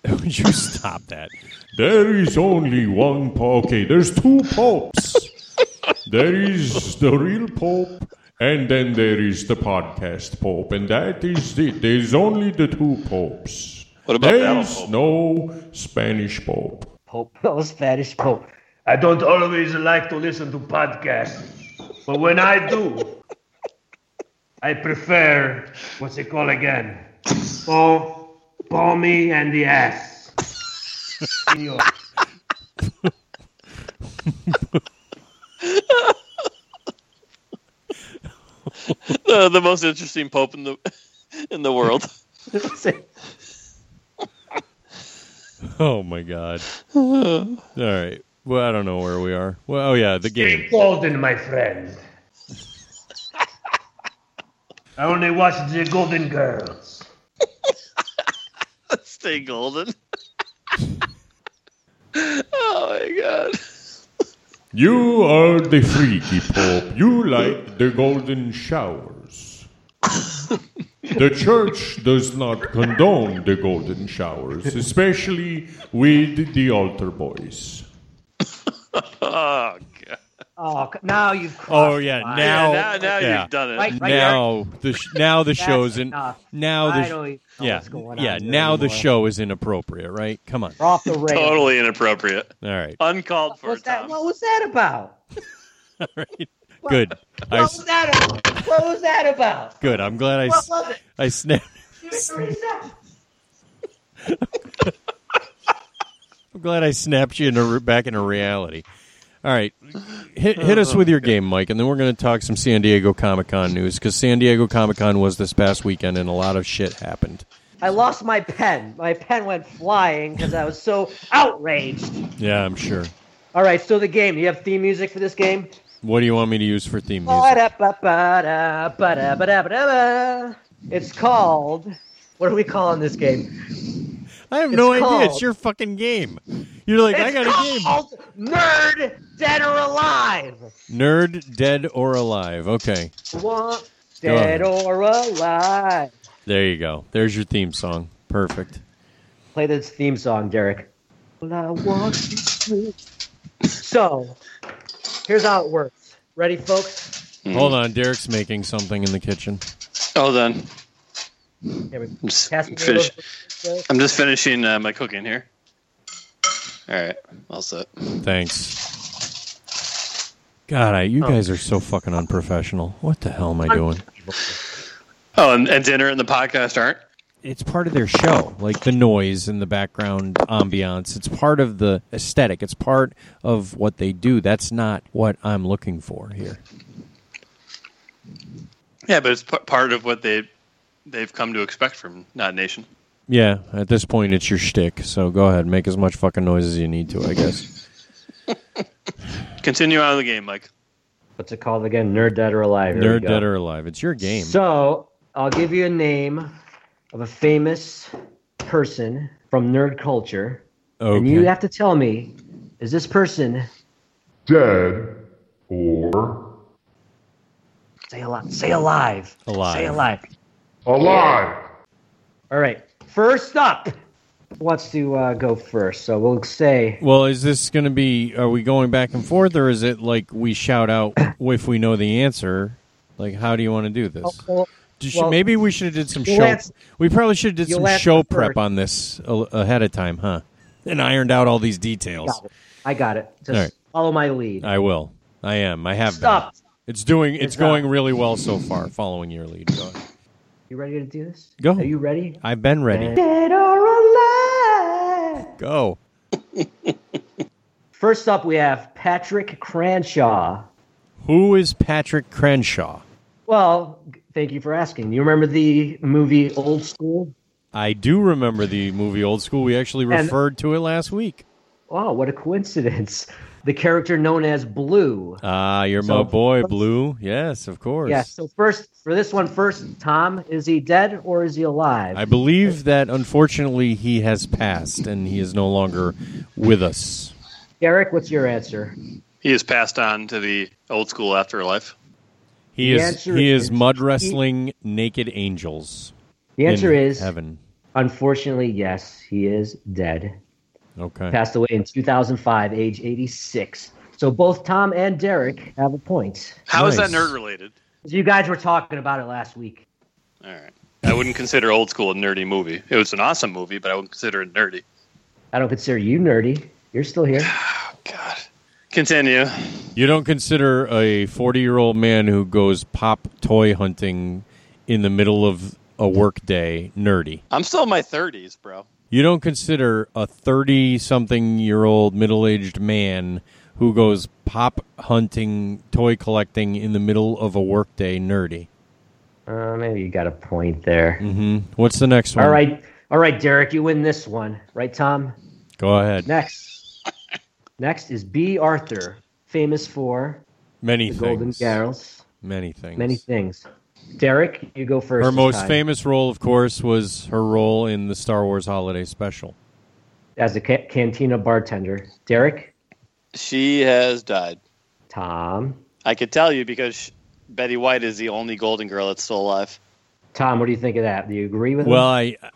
Would you stop that?
There is only one Pope. Okay, there's two popes. there is the real Pope, and then there is the podcast Pope, and that is it. There's only the two popes.
What about
there's no Spanish Pope.
Pope, oh, Spanish Pope.
I don't always like to listen to podcasts, but when I do, I prefer what's it called again? Oh, ball me and the ass. Senor.
Uh, the, the most interesting pope in the in the world.
Oh my god! All right. Well, I don't know where we are. Well, oh yeah, the game.
Golden, my friend. I only watch the Golden Girls.
Oh,
Stay golden. oh my god!
You are the freaky Pope. You like the golden showers. the church does not condone the golden showers, especially with the altar boys.
Oh god!
Oh, c- now you've crossed
Oh yeah,
the line.
now
Yeah, now- now
yeah.
you've done it.
Right- right
now the sh- now the
That's
show's in.
enough.
Now the
I
sh-
don't even know
yeah
what's going on
yeah
here
now the
anymore.
show is inappropriate. Right? Come on.
We're off the rails.
Totally inappropriate.
All right.
Uncalled for.
What's that?
Tom.
What uh, was that about?
All right. Good. I
What
s-
was that? About? What was that about?
good. I'm glad I
What
s-
was it?
I snapped. I'm glad I snapped you into, re- back into reality. All right, hit, hit us with your game, Mike, and then we're going to talk some San Diego Comic Con news because San Diego Comic Con was this past weekend and a lot of shit happened.
I lost my pen. My pen went flying because I was so outraged.
Yeah, I'm sure.
All right, so the game. Do you have theme music for this game?
What do you want me to use for theme music?
Ba-da-ba-ba-da, ba-da-ba-da-ba-da-ba. It's called. What are we calling this game?
I have
It's
no idea. It's
called-
your fucking game. You're like, I got a game.
called Nerd Dead or Alive.
Nerd, dead or alive. Okay,
Want Dead or Alive.
there you go. There's your theme song. Perfect.
Play this theme song, Derek. Well, I want you to- So, here's how it works. Ready, folks?
Hold on, Derek's making something in the kitchen.
Hold on.
Here we
I'm just,
Cast me
finish-
over.
I'm just finishing uh, my cooking here. All right, all set.
Thanks. God, I, you guys are so fucking unprofessional. What the hell am I doing?
Oh, and, and dinner and the podcast aren't.
it's part of their show, like the noise and the background ambiance. It's part of the aesthetic. It's part of what they do. That's not what I'm looking for here.
Yeah, but it's p- part of what they they've come to expect from Not Nation.
Yeah, at this point, it's your shtick. So go ahead, make as much fucking noise as you need to. I guess.
Continue on with the game, Mike.
What's it called again? Nerd Dead or Alive. Here we
Nerd
go.
dead or alive. It's your game.
So I'll give you a name of a famous person from nerd culture, and you
Okay.
have to tell me: is this person
Dead or
say alive? Say alive.
Alive.
Say alive.
alive?
All right. First up, who wants to uh, go first? So we'll say
Well, is this going to be? Are we going back and forth, or is it like we shout out if we know the answer? Like, how do you want to do this?
well,
Do- should-
well,
maybe we should have did some
you'll
show.
ans-
we probably should have did
you'll
some
answer
show prep
first.
on this a- ahead of time, huh? And ironed out all these details.
Got it. I got it. Just
All right.
follow my lead.
I will. I am. I have
Stop.
been. It's doing. It's
It's
going really well so far. Following your lead. Go. ahead.
You ready to do this?
Go.
Are you ready?
I've been ready.
Dead or alive.
Go.
First up, we have Patrick Cranshaw.
Who is Patrick Crenshaw?
Well, g- thank you for asking. You remember the movie Old School?
I do remember the movie Old School. We actually
And-
referred to it last week.
Wow, Oh, what a coincidence. The character known as Blue.
Ah, you're
So-
my boy, Blue. Yes, of course.
Yeah, so first, for this one first, Tom, is he dead or is he alive?
I believe that unfortunately he has passed and he is no longer with us.
Derek, what's your answer?
He is passed on to the old school afterlife.
He
The
is
answer
he is,
is-
mud wrestling naked angels.
The answer
in
is
heaven.
Unfortunately, yes, he is dead.
Okay.
Passed away in 2005, age 86. So both Tom and Derek have a point.
How is
Nice.
that nerd related?
You guys were talking about it last week.
All right. I wouldn't consider old school a nerdy movie. It was an awesome movie, but I wouldn't consider it nerdy.
I don't consider you nerdy. You're still here.
Continue.
You don't consider a 40 year old man who goes pop toy hunting in the middle of a workday nerdy.
I'm still in my 30s, bro.
You don't consider a 30 something year old middle aged man who goes pop hunting, toy collecting in the middle of a workday nerdy.
Uh, maybe you got a point there.
hmm What's the next one?
All right, all right, Derek, you win this one, right, Tom?
Go ahead.
Next, next is B. Arthur, famous for
Many
the
things.
Golden Girls,
Many things.
many things. Derek, you go first.
her
this
most
time.
famous role, of course, was her role in the Star Wars Holiday Special.
as a ca- cantina bartender. Derek,
She has died.
Tom,
I could tell you because sh Betty White is the only Golden Girl that's still alive.
Tom, what do you think of that? Do you agree with?
Well,
him?
I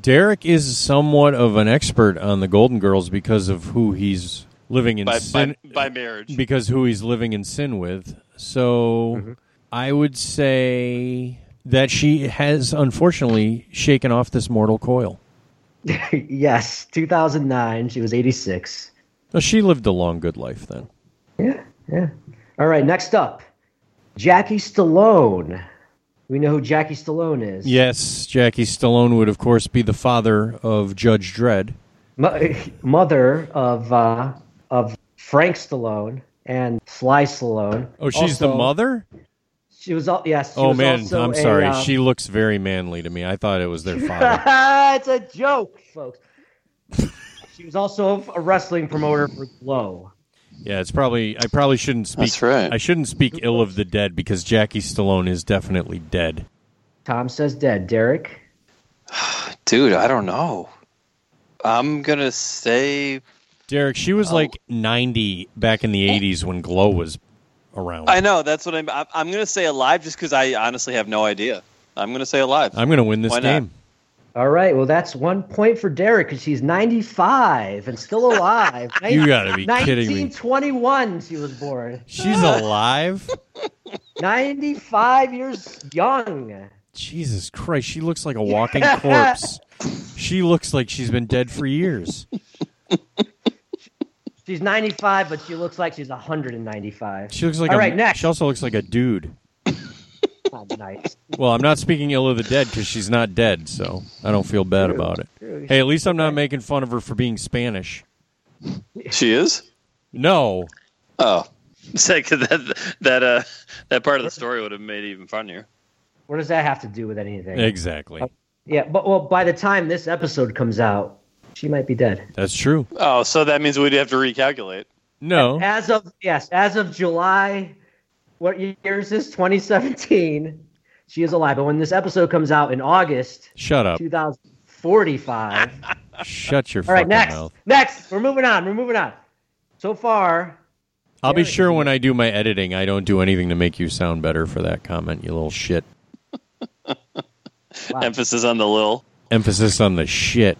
Derek is somewhat of an expert on the Golden Girls because of who he's living in
By,
sin
by, by marriage.
because who he's living in sin with. So
Mm-hmm.
I would say that she has unfortunately shaken off this mortal coil.
yes, 2009. She was 86.
Well, she lived a long, good life then.
Yeah, yeah. All right, next up, Jackie Stallone. We know who Jackie Stallone is.
Yes, Jackie Stallone would, of course, be the father of Judge Dredd.
Mo- mother of uh, of Frank Stallone and Sly Stallone.
Oh, she's the
Also,
mother?
She was all yes. she
Oh,
was
man,
also
I'm
a,
sorry.
uh,
She looks very manly to me. I thought it was their father.
it's a joke, folks. she was also a wrestling promoter for Glow.
yeah, it's probably, I probably shouldn't speak.
That's right.
I shouldn't speak ill of the dead because Jackie Stallone is definitely dead.
Tom says dead. Derek.
Dude, I don't know. I'm going to say.
Derek, she
Oh.
was like 90 back in the 80s when Glow was around.
I know. That's what I'm. I'm, I'm going to say alive just because I honestly have no idea. I'm going to say alive.
I'm going to win this
Why not?
game.
All right. Well, that's one point for Derek because she's 95 and still alive.
You gotta be kidding me.
1921, she was born.
She's alive?
95 years young.
Jesus Christ, she looks like a walking corpse. She looks like she's been dead for years.
She's 95, but she looks like she's 195.
She looks like
All
a,
right, next.
She also looks like a dude.
Not nice.
Well, I'm not speaking ill of the dead because she's not dead, so I don't feel bad
True,
about it.
true.
Hey, at least I'm not making fun of her for being Spanish.
She is.
No.
Oh, it's like that that uh that part of the story would have made it even funnier.
What does that have to do with anything?
Exactly.
Yeah, but well, by the time this episode comes out, she might be dead.
That's true.
Oh, so that means we'd have to recalculate.
No.
As of yes, as of July, what year is this? 2017. She is alive. But when this episode comes out in August,
Shut up.
2045.
Shut your
All right,
fucking
next,
mouth.
next. We're moving on. We're moving on. So far,
I'll be sure when I do my editing, I don't do anything to make you sound better for that comment, you little shit.
Emphasis on the lil.
Emphasis on the shit.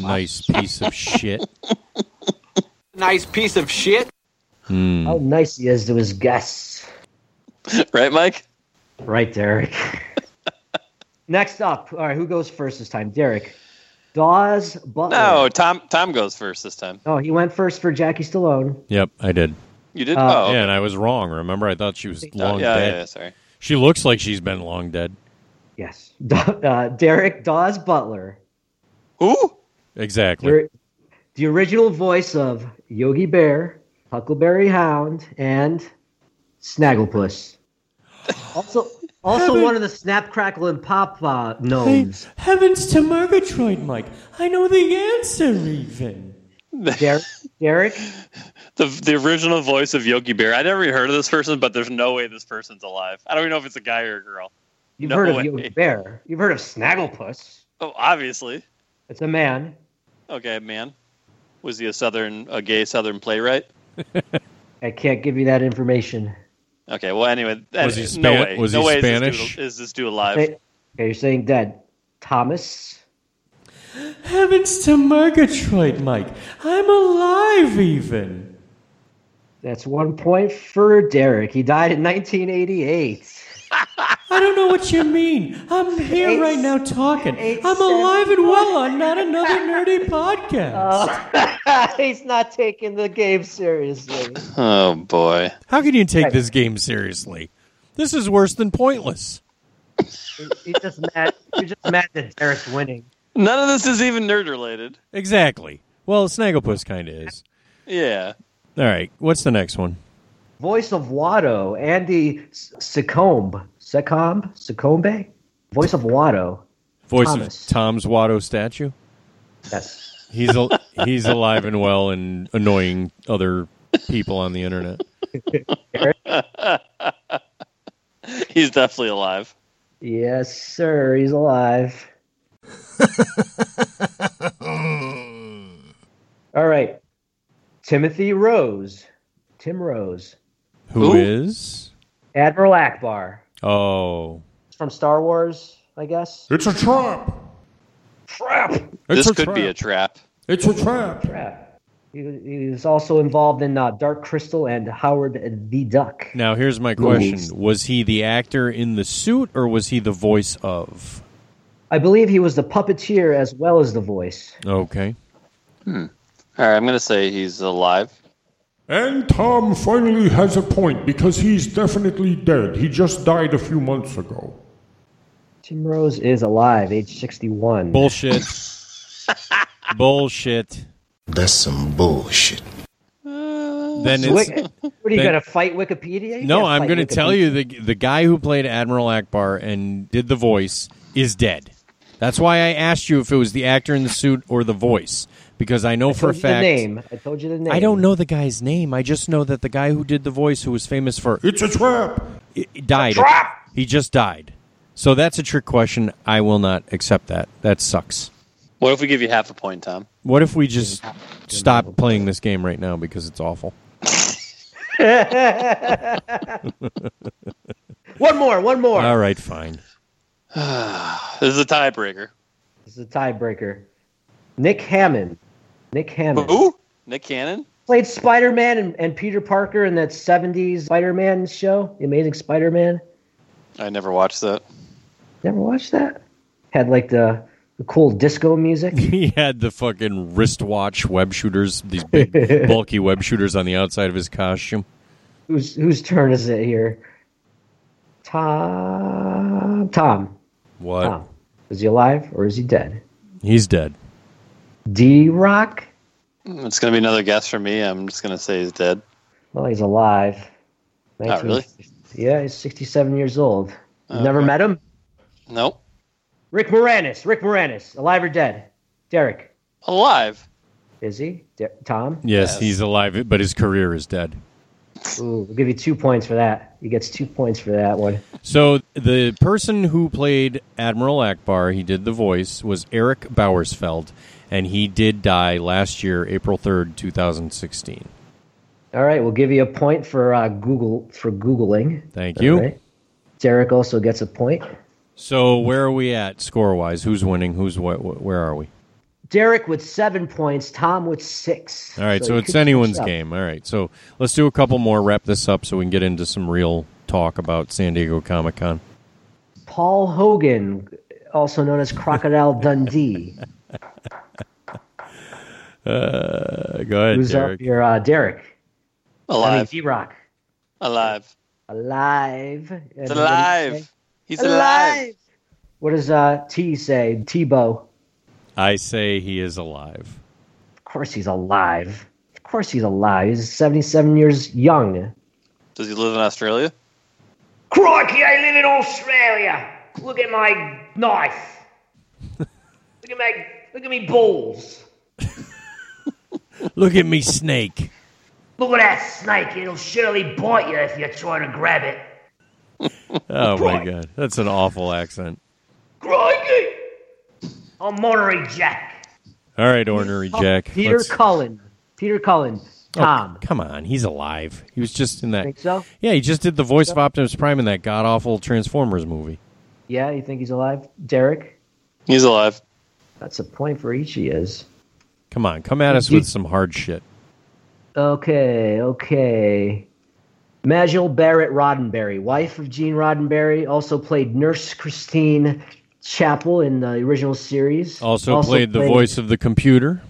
Nice piece of shit.
Nice piece of shit.
Hmm.
how nice he is to his guests.
Right, Mike?
Right, Derek. Next up, all right, who goes first this time? Derek. Dawes Butler.
No, Tom Tom goes first this time.
Oh, he went first for Jackie Stallone.
Yep, I did.
You did?
Uh,
oh, okay.
Yeah, and I was wrong. Remember, I thought she was long
yeah,
dead.
yeah, sorry.
She looks like she's been long dead.
Yes. Da- uh, Derek Dawes Butler.
Who?
Exactly.
Der- the original voice of Yogi Bear, Huckleberry Hound, and Snagglepuss. Also, also
Heaven.
one of the Snap Crackle and Pop uh, gnomes.
Heavens to Murgatroyd, Mike. I know the answer, even.
Derek, Derek?
The the original voice of Yogi Bear. I never even heard of this person, but there's no way this person's alive. I don't even know if it's a guy or a girl.
You've
No
heard of
way.
Yogi Bear. You've heard of Snagglepuss.
Oh, obviously.
It's a man.
Okay, man. Was he a southern a gay southern playwright?
I can't give you that information.
Okay, well anyway,
Was
anyway,
he
no
Span-
way.
was
no
he
way is this dude-
Spanish?
Is this dude alive?
Okay, okay, you're saying dead. Thomas?
Heavens to Murgatroyd, Mike. I'm alive, even.
That's one point for Derek. He died in 1988.
I don't know what you mean. I'm here right now talking. I'm alive and well on Not Another Nerdy Podcast.
he's not taking the game seriously.
Oh boy.
How can you take this game seriously? This is worse than pointless.
He's just mad. You're just mad that Derek's winning.
None of this is even nerd related.
Exactly. Well, Snagglepuss kind of is.
Yeah.
All right, what's the next one?
Voice of Watto, Andy Secombe. Secombe? Secombe? Voice of Watto.
Voice
Thomas.
of Tom's Watto statue.
Yes.
He's al- he's alive and well and annoying other people on the internet.
He's definitely alive.
Yes, sir. He's alive. All right. Timothy Rose. Tim Rose.
Who is?
Admiral Akbar.
Oh,
From Star Wars, I guess.
It's a trap.
this
It's a
could be
trap.
a trap.
It's a trap.
Crap. He, he was also involved in uh, Dark Crystal and Howard the Duck.
now here's my question: Was he the actor in the suit, or was he the voice of?
I believe he was the puppeteer as well as the voice.
Okay.
All right, I'm gonna say he's alive.
And Tom finally has a point because he's definitely dead. He just died a few months ago.
Tim Rose is alive, age 61.
Bullshit. bullshit.
That's some bullshit.
Then
So
it's
Wik- what are you
then-
going to fight Wikipedia? You
no.
can't
I'm
fight
going to tell
Wikipedia.
you the the guy who played Admiral Akbar and did the voice is dead. That's why I asked you if it was the actor in the suit or the voice because I know
I
for a
told you the
fact
name. I told you the name.
I don't know the guy's name. I just know that the guy who did the voice, who was famous for "It's a trap," i- i- died. He just died. So that's a trick question. I will not accept that. That sucks.
What if we give you half a point, Tom?
What if we just stop playing this game right now because it's awful?
One more, one more.
All right, fine.
This is a tiebreaker.
This is a tiebreaker. Nick Hammond. Nick Hammond.
Who? Nick Cannon?
Played Spider Man and, and Peter Parker in that 70s Spider Man show, The Amazing Spider Man.
I never watched that.
Never watched that? Had like the, the cool disco music.
He had the fucking wristwatch web shooters, these big bulky web shooters on the outside of his costume.
Whose whose turn is it here? Tom. Tom.
What?
Tom. Is he alive or is he dead?
He's dead.
D Rock?
It's going to be another guess for me. I'm just going to say he's dead.
Well, he's alive.
Not really.
Yeah, he's 67 years old. You've Never met him?
Nope.
Rick Moranis. Rick Moranis. Alive or dead? Derek.
Alive.
Is he? De- Tom?
Yes, he's alive, but his career is dead.
Ooh, we'll give you two points for that. He gets two points for that one.
So the person who played Admiral Akbar, he did the voice, was Eric Bowersfeld, and he did die last year, April third, two thousand sixteen.
All right, we'll give you a point for uh, Google for googling.
Thank
All
you.
right. Derek also gets a point.
So where are we at score wise? Who's winning? Who's what? Where are we?
Derek with seven points. Tom with six.
All right, so,
you could
it's
catch
anyone's
up.
game. All right, so let's do a couple more, wrap this up, so we can get into some real talk about San Diego Comic Con.
Paul Hogan, also known as Crocodile Dundee.
Uh, go ahead,
Who's
Derek.
up here? Uh, Derek. I mean,
Alive.
D Rock.
Alive.
Alive.
He's
And what do you say?
alive. He's alive.
What does uh, T say? Tebow.
I say he is alive.
Of course he's alive. Of course he's alive. He's 77 years young.
Does he live in Australia?
Crikey, I live in Australia. Look at my knife. look at my look at me balls.
Look at me, snake.
Look at that snake. It'll surely bite you if you try to grab it.
Oh my god, that's an awful accent.
Crikey! I'm Monterey Jack.
All right, ornery Jack.
Peter
let's-
Cullen. Peter Cullen.
Oh,
Tom.
come on, he's alive. He was just in that.
Think so?
Yeah, he just did the voice of Optimus Prime in that god awful Transformers movie.
Yeah, you think he's alive? Derek?
He's alive.
That's a point for each he is.
Come on, come at us
You-
with some hard shit.
Okay, okay. Majel Barrett Roddenberry, wife of Gene Roddenberry, also played Nurse Christine Chapel in the original series.
Also, played the voice of the computer.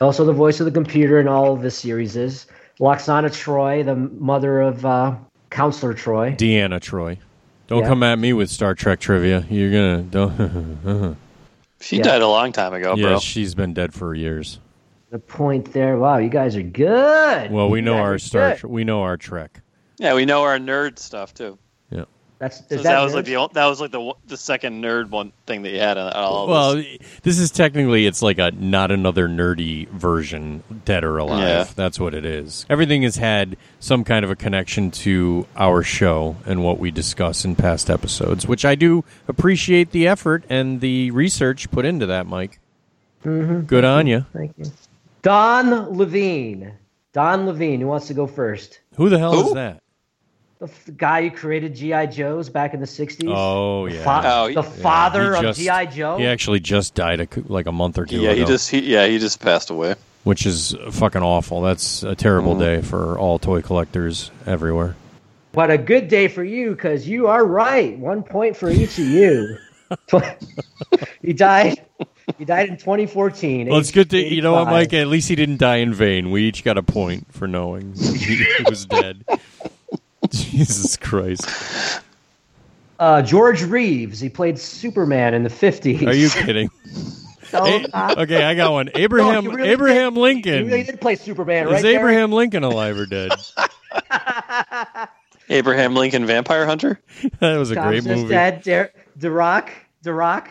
Also the voice of the computer in all of the series is Loxana Troy, the mother of uh, Counselor Troy.
Deanna Troy. Don't
Yeah.
come at me with Star Trek trivia. You're gonna don't.
She
Yeah.
died a long time
Oh,
ago,
yeah,
bro.
she's been dead for years.
The point there. Wow, you guys are good.
Well, we know
Yeah,
our
you're
Star.
good.
Tre- we know our Trek.
Yeah, we know our nerd stuff too.
Yeah.
That's
So
is
that, was like the ol- that was like the one- the second nerd one thing that you had on all of
Well,
us.
this is technically it's like a not another nerdy version, dead or alive.
Yeah.
That's what it is. Everything has had some kind of a connection to our show and what we discuss in past episodes, which I do appreciate the effort and the research put into that, Mike.
Mhm.
Good on you.
Thank you. Don Levine. Don Levine, who wants to go first?
Who the hell
Who?
is that?
The f- guy who created G.I. Joe's back in the 60s.
Oh
The
yeah,
fa-
Oh,
the
yeah.
father
He
of
just-
G.I. Joe.
He actually just died a cou- like a month or two
yeah,
ago.
he just he, yeah he just passed away.
which is fucking awful. That's a terrible
Mm-hmm.
day for all toy collectors everywhere.
But a good day for you because you are right. One point for each of you. he died. He died in 2014.
Well, it's
age
good to you know what,
85.
Mike. At least he didn't die in vain. We each got a point for knowing he, he was dead. Jesus Christ!
Uh, George Reeves. He played Superman in the 50s.
Are you kidding?
No,
A-
uh,
okay, I got one. Abraham
No, you really
Abraham
He
Lincoln
really did play Superman, right?
is Abraham Lincoln alive or dead?
Abraham Lincoln, Vampire Hunter.
that was a
Derek? Tom
great
says
movie.
Dad, Der- The Rock. The Rock.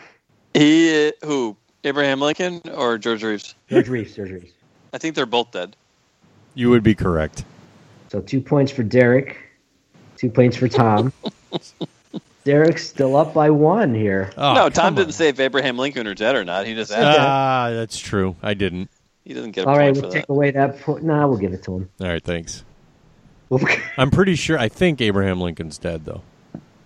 He who Abraham Lincoln or George Reeves?
George Reeves. George Reeves.
I think they're both dead.
You would be correct.
So two points for Derek. Two points for Tom. Derek's still up by one here.
Oh,
no, Tom didn't say if Abraham Lincoln or dead or not. He just asked.
Ah, that's true. I didn't.
he doesn't get a
All
point
right,
for
we'll
that.
take away that point. Nah, we'll give it to him.
All right, thanks.
We'll-
I'm pretty sure. I think Abraham Lincoln's dead, though.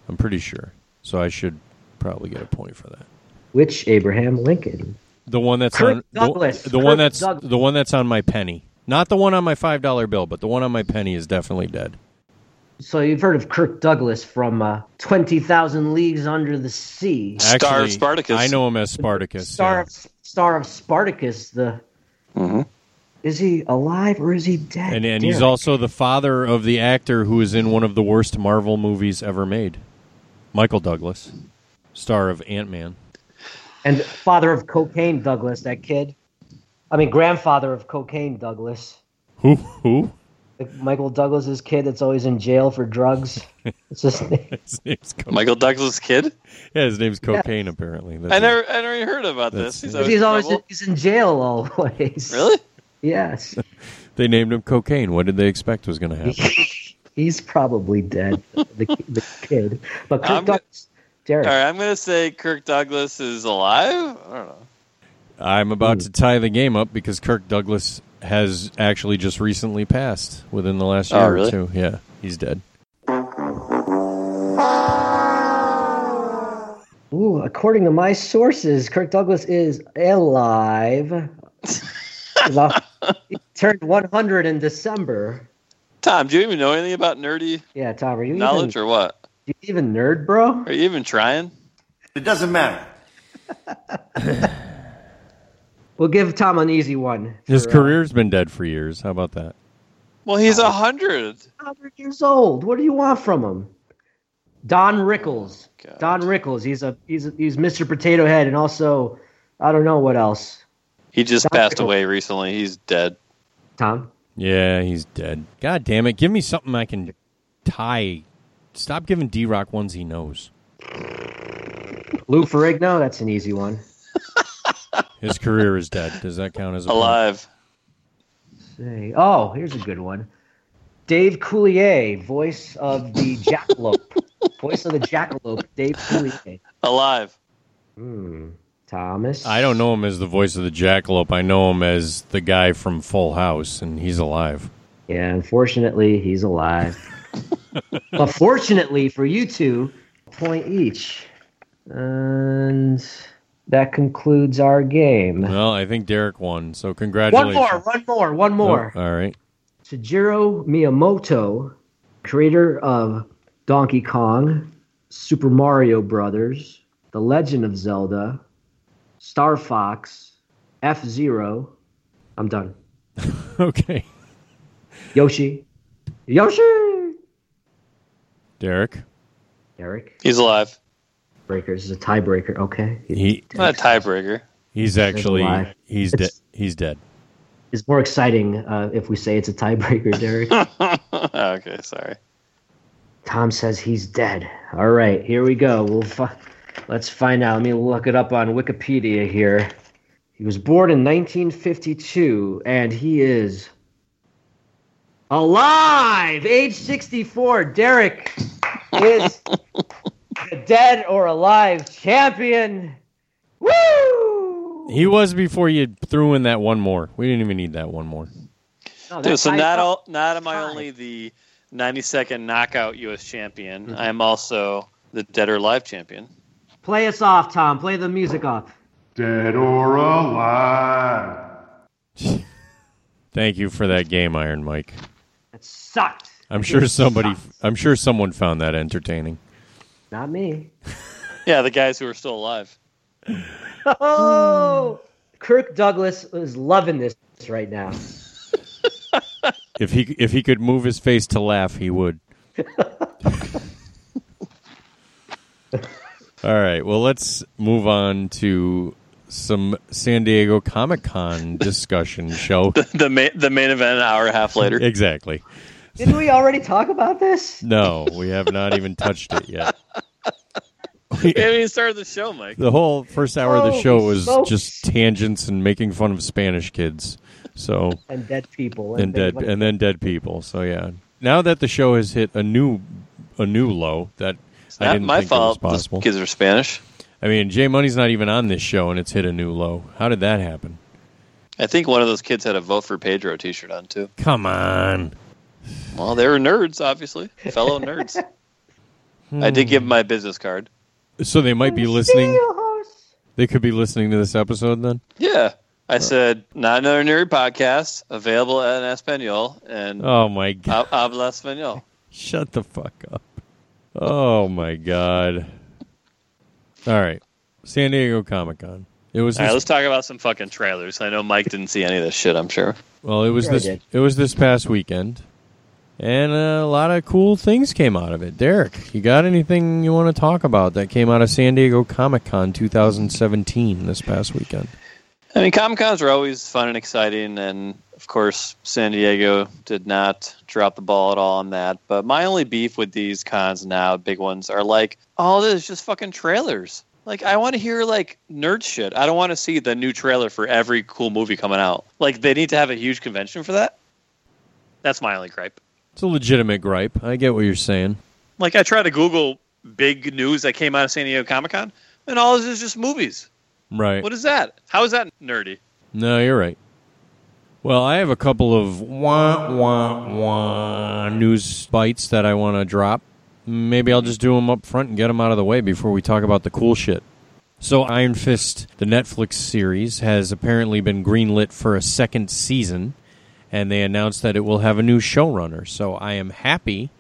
I'm pretty sure. So I should probably get a point for that.
Which Abraham Lincoln?
The one that's
Kirk
on the-
Douglas.
The, one
Kirk
that's
Douglas.
the one that's on my penny. Not the one on my five dollar bill, but the one on my penny is definitely dead.
So you've heard of Kirk Douglas from uh, Twenty Thousand Leagues Under the Sea,
Star of
Actually,
Spartacus.
I know him as Spartacus.
star of star of Spartacus. The
Mm-hmm.
is he alive or is he dead?
yeah. and and he's
Derek?
also the father of the actor who is in one of the worst Marvel movies ever made. Michael Douglas, star of Ant Man.
And father of cocaine, Douglas, that kid. I mean, grandfather of cocaine, Douglas.
Who? Who?
Like Michael Douglas's kid that's always in jail for drugs. It's just
his name's cocaine.
Michael Douglas' kid?
Yeah, his name's cocaine. Apparently, That's
I
it.
never, I never even heard about this.
That's-
He's
Because
always, in
he's always
trouble.
he's in jail always.
Really?
Yes.
They named him cocaine. What did they expect was going to happen?
he's probably dead. The, the kid,
I'm
but Kirk
gonna-
Douglas, Derek.
All right, I'm gonna say Kirk Douglas is alive. I don't know.
I'm
Hmm.
about to tie the game up because Kirk Douglas has actually just recently passed within the last
Oh,
year
really?
or two. Yeah, he's dead.
Ooh, according to my sources, Kirk Douglas is alive. he turned 100 in December.
Tom, do you even know anything about nerdy
Yeah, Tom, are you
knowledge
even,
or what?
you even nerd, bro?
Are you even trying? It doesn't matter.
We'll give Tom an easy one.
His
for, uh,
career's been dead for years. How about that?
Well, he's a hundred.
100 years old. What do you want from him? Don Rickles. Don Rickles. He's a he's a, he's Mr. Potato Head, and also I don't know what else.
He just
Don
passed
Rickles.
away recently. He's dead.
Tom.
Yeah, he's dead. God damn it! Give me something I can tie. Stop giving D Rock ones he knows.
Lou Ferrigno. That's an easy one.
His career is dead. Does that count as a
Alive.
Say- Oh, here's a good one. Dave Coulier, voice of the Jackalope. voice of the Jackalope. Dave Coulier.
Alive.
Hmm. Thomas.
I don't know him as the voice of the jackalope. I know him as the guy from Full House, and he's alive.
Yeah, unfortunately, he's alive. but fortunately for you two, point each. And that concludes our game.
Well, I think Derek won, so
One
congratulations.
more, one more, one more.
Oh, all right.
Shigeru Miyamoto, creator of Donkey Kong, Super Mario Brothers, The Legend of Zelda, Star Fox, F Zero. I'm done.
okay.
Yoshi. Yoshi!
Derek.
Eric.
He's alive.
Breakers is a tiebreaker. Okay.
He
Not a tiebreaker.
he's actually
alive.
he's dead. He's dead.
It's more exciting uh, if we say it's a tiebreaker, Derek.
okay, sorry.
Tom says he's dead. All right, here we go. We'll fi- let's find out. Let me look it up on Wikipedia here. He was born in 1952, and he is alive, age 64. Derek is the dead or alive champion. Woo!
He was before you threw in that one more. We didn't even need that one more.
No,
Dude,
that's
so
high
not
five.
all, not am I only the 92nd knockout U.S. champion. I am also the dead or alive champion.
Play us off, Tom. Play the music off.
Dead or alive.
Thank you for that game, Iron Mike.
That sucked.
I'm sure somebody. I'm sure someone found that entertaining.
Not me.
Yeah, the guys who are still alive.
Oh, Kirk Douglas is loving this right now.
If he if he could move his face to laugh, he would. All right. Well, let's move on to some San Diego Comic Con discussion, shall
The, the, ma- the main event an hour and a half later.
Exactly.
Didn't we already talk about this?
No, we have not even touched it yet.
we haven't even started the show, Mike.
The whole first hour of the
Holy
show was
smokes.
just tangents and making fun of Spanish kids. So
And dead people.
and dead
things like-
and then dead people. So yeah. Now that the show has hit a new a new low that I
not
didn't
my
think
fault.
it was
Those
possible.
kids are Spanish.
I mean, Jay Money's not even on this show and it's hit a new low. How did that happen?
I think one of those kids had a vote for Pedro T-shirt on too.
Come on.
Well, they were nerds, obviously, fellow nerds. I did give 'em my business card.
So they might be listening. They could be listening to this episode then.
Yeah, I said not another nerd podcast available in Espanol and
Oh my god.
ha- habla Espanol.
Shut the fuck up. Oh my god. All right. San Diego Comic Con. It was
All right,
this
let's talk about some fucking trailers. I know Mike didn't see any of this shit. I'm sure.
Well, it was
Sure I
this.
did.
It was this past weekend, And a lot of cool things came out of it. Derek, you got anything you want to talk about that came out of San Diego Comic Con 2017 this past weekend?
I mean, Comic Cons are always fun and exciting, and of course, San Diego did not drop the ball at all on that. But my only beef with these cons now, big ones, are like, all this is just fucking trailers. Like, I want to hear like nerd shit. I don't want to see the new trailer for every cool movie coming out. Like, they need to have a huge convention for that. That's my only gripe.
It's a legitimate gripe. I get what you're saying.
Like, I try to Google big news that came out of San Diego Comic Con, and all this is just movies.
Right.
What is that? How is that nerdy?
No, you're right. Well, I have a couple of wah wah wah news bites that I want to drop. Maybe I'll just do them up front and get them out of the way before we talk about the cool shit. So, Iron Fist, the Netflix series, has apparently been greenlit for a second season, and they announced that it will have a new showrunner. So, I am happy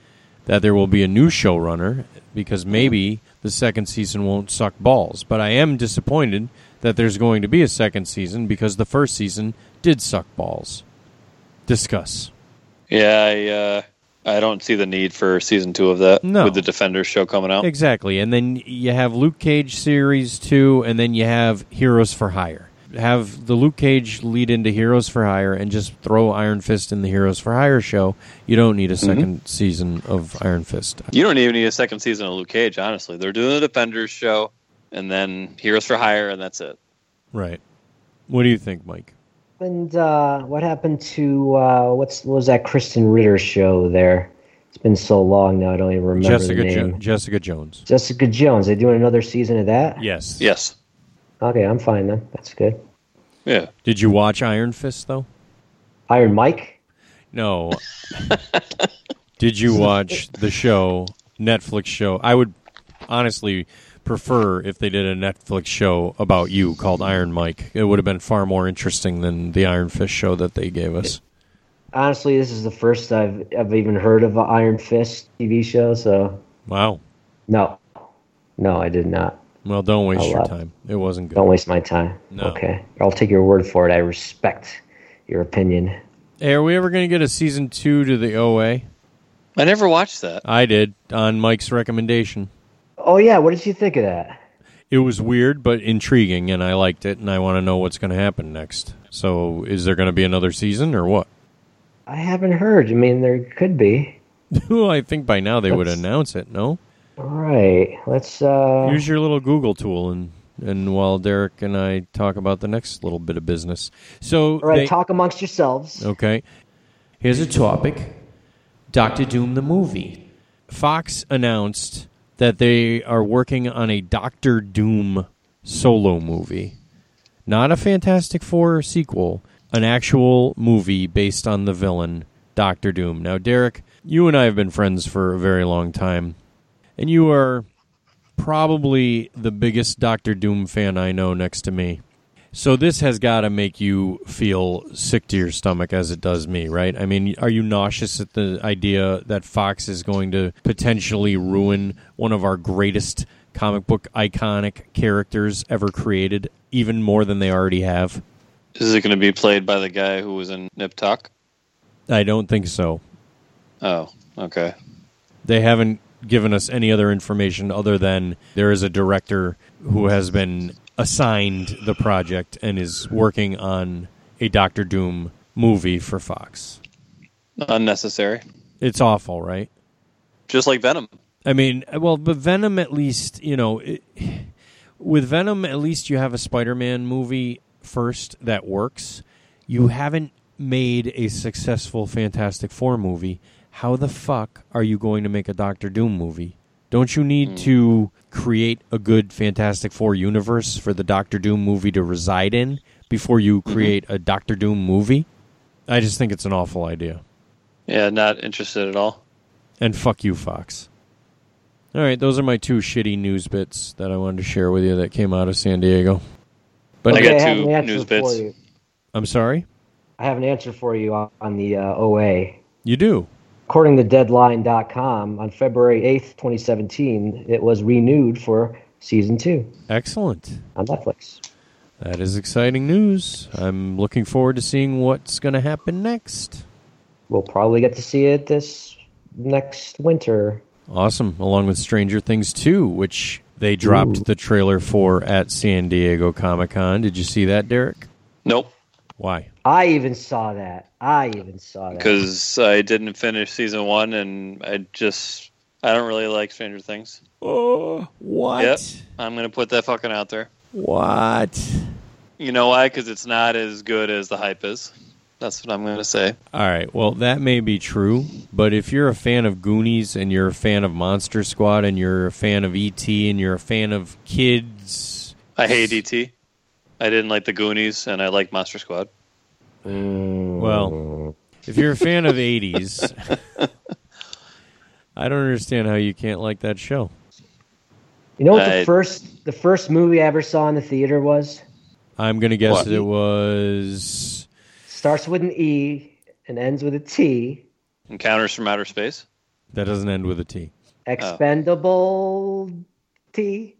that there will be a new showrunner because maybe the second season won't suck balls. But I am disappointed that there's going to be a second season because the first season did suck balls. Discuss.
Yeah, I, uh, I don't see the need for season two of that
No.
with the Defenders show coming out.
Exactly. And then you have Luke Cage series 2 and then you have Heroes for Hire. Have the Luke Cage lead into Heroes for Hire and just throw Iron Fist in the Heroes for Hire show. You don't need a
Mm-hmm.
2nd season of Iron Fist.
You don't even need a second season of Luke Cage, honestly. They're doing the Defenders show and then Heroes for Hire, and that's it.
Right. What do you think, Mike?
And uh, what happened to uh, what's what was that Kristen Ritter show there? It's been so long now, I don't even remember
Jessica
the name.
jo- Jessica Jones.
Jessica Jones. They doing another season of that?
Yes.
Yes.
Okay, I'm fine then. That's good.
Yeah.
Did you watch Iron Fist though?
Iron Mike.
No. Did you watch the show Netflix show? I would honestly prefer if they did a Netflix show about you called Iron Mike. It would have been far more interesting than the Iron Fist show that they gave us.
Honestly, this is the first I've I've even heard of a Iron Fist TV show. So
Wow.
no, no, I did not.
Well, don't waste
I'll,
your
uh,
time. It wasn't good.
Don't waste my time.
No.
Okay, I'll take your word for it. I respect your opinion.
Hey, are we ever going to get a season 2 to the OA?
I never watched that.
I did on Mike's recommendation.
Oh yeah, what did you think of that?
It was weird but intriguing and I liked it and I want to know what's going to happen next. So, is there going to be another season or what?
I haven't heard. I mean, there could be.
well, I think by now they would announce it, no?
All right, let's. Uh,
Use your little Google tool and and while Derek and I talk about the next little bit of business. So
all right,
they-
talk amongst yourselves.
Okay. Here's a topic. Doctor Doom the movie. Fox announced that they are working on a Doctor Doom solo movie. Not a Fantastic Four sequel, an actual movie based on the villain Doctor Doom. Now, Derek, you and I have been friends for a very long time, and you are probably the biggest Doctor Doom fan I know next to me. So this has got to make you feel sick to your stomach as it does me, right? I mean, are you nauseous at the idea that Fox is going to potentially ruin one of our greatest comic book iconic characters ever created even more than they already have?
Is it going to be played by the guy who was in Nip Tuck?
I don't think so.
Oh, okay.
they haven't given us any other information other than there is a director who has been assigned the project and is working on a Doctor Doom movie for Fox.
Unnecessary.
It's awful, right?
Just like Venom.
I mean, uh, well, but Venom at least, you know, it, with Venom at least you have a Spider-Man movie first that works. You haven't made a successful Fantastic 4 movie. How the fuck are you going to make a Doctor Doom movie? Don't you need to create a good Fantastic 4 universe for the Doctor Doom movie to reside in before you create a Doctor Doom movie? I just think it's an awful idea.
Yeah, not interested at all.
And fuck you, Fox. All right, those are my two shitty news bits that I wanted to share with you that came out of San Diego. But
I got
have
two
an answer
news
for
bits.
you.
I'm sorry.
I have an answer for you on- on the uh, OA.
You do.
According to Deadline.com, on February 8th, 2017, it was renewed for season two
Excellent.
on Netflix.
That is exciting news. I'm looking forward to seeing what's going to happen next.
we'll probably get to see it this next winter.
Awesome. Along with Stranger Things 2, which they dropped
Ooh.
the trailer for at San Diego Comic Con. Did you see that, Derek?
Nope.
Why?
I even saw that. I even saw that.
Because I didn't finish season one, and I just I don't really like Stranger Things.
Oh, what?
Yep. I'm gonna put that fucking out there.
What?
You know why? Because it's not as good as the hype is. That's what I'm gonna say.
All right. Well, that may be true, but if you're a fan of Goonies and you're a fan of Monster Squad and you're a fan of ET and you're a fan of kids,
I hate ET. I didn't like the Goonies, and I like Monster Squad.
well, if you're a fan of 80s, I don't understand how you can't like that show.
You know what the
I-
first the first movie I ever saw in the theater was?
I'm going to guess
What?
that it was
Starts with an E and ends with a T.
Encounters from Outer Space.
that doesn't end with a T.
Oh.
Expendable T.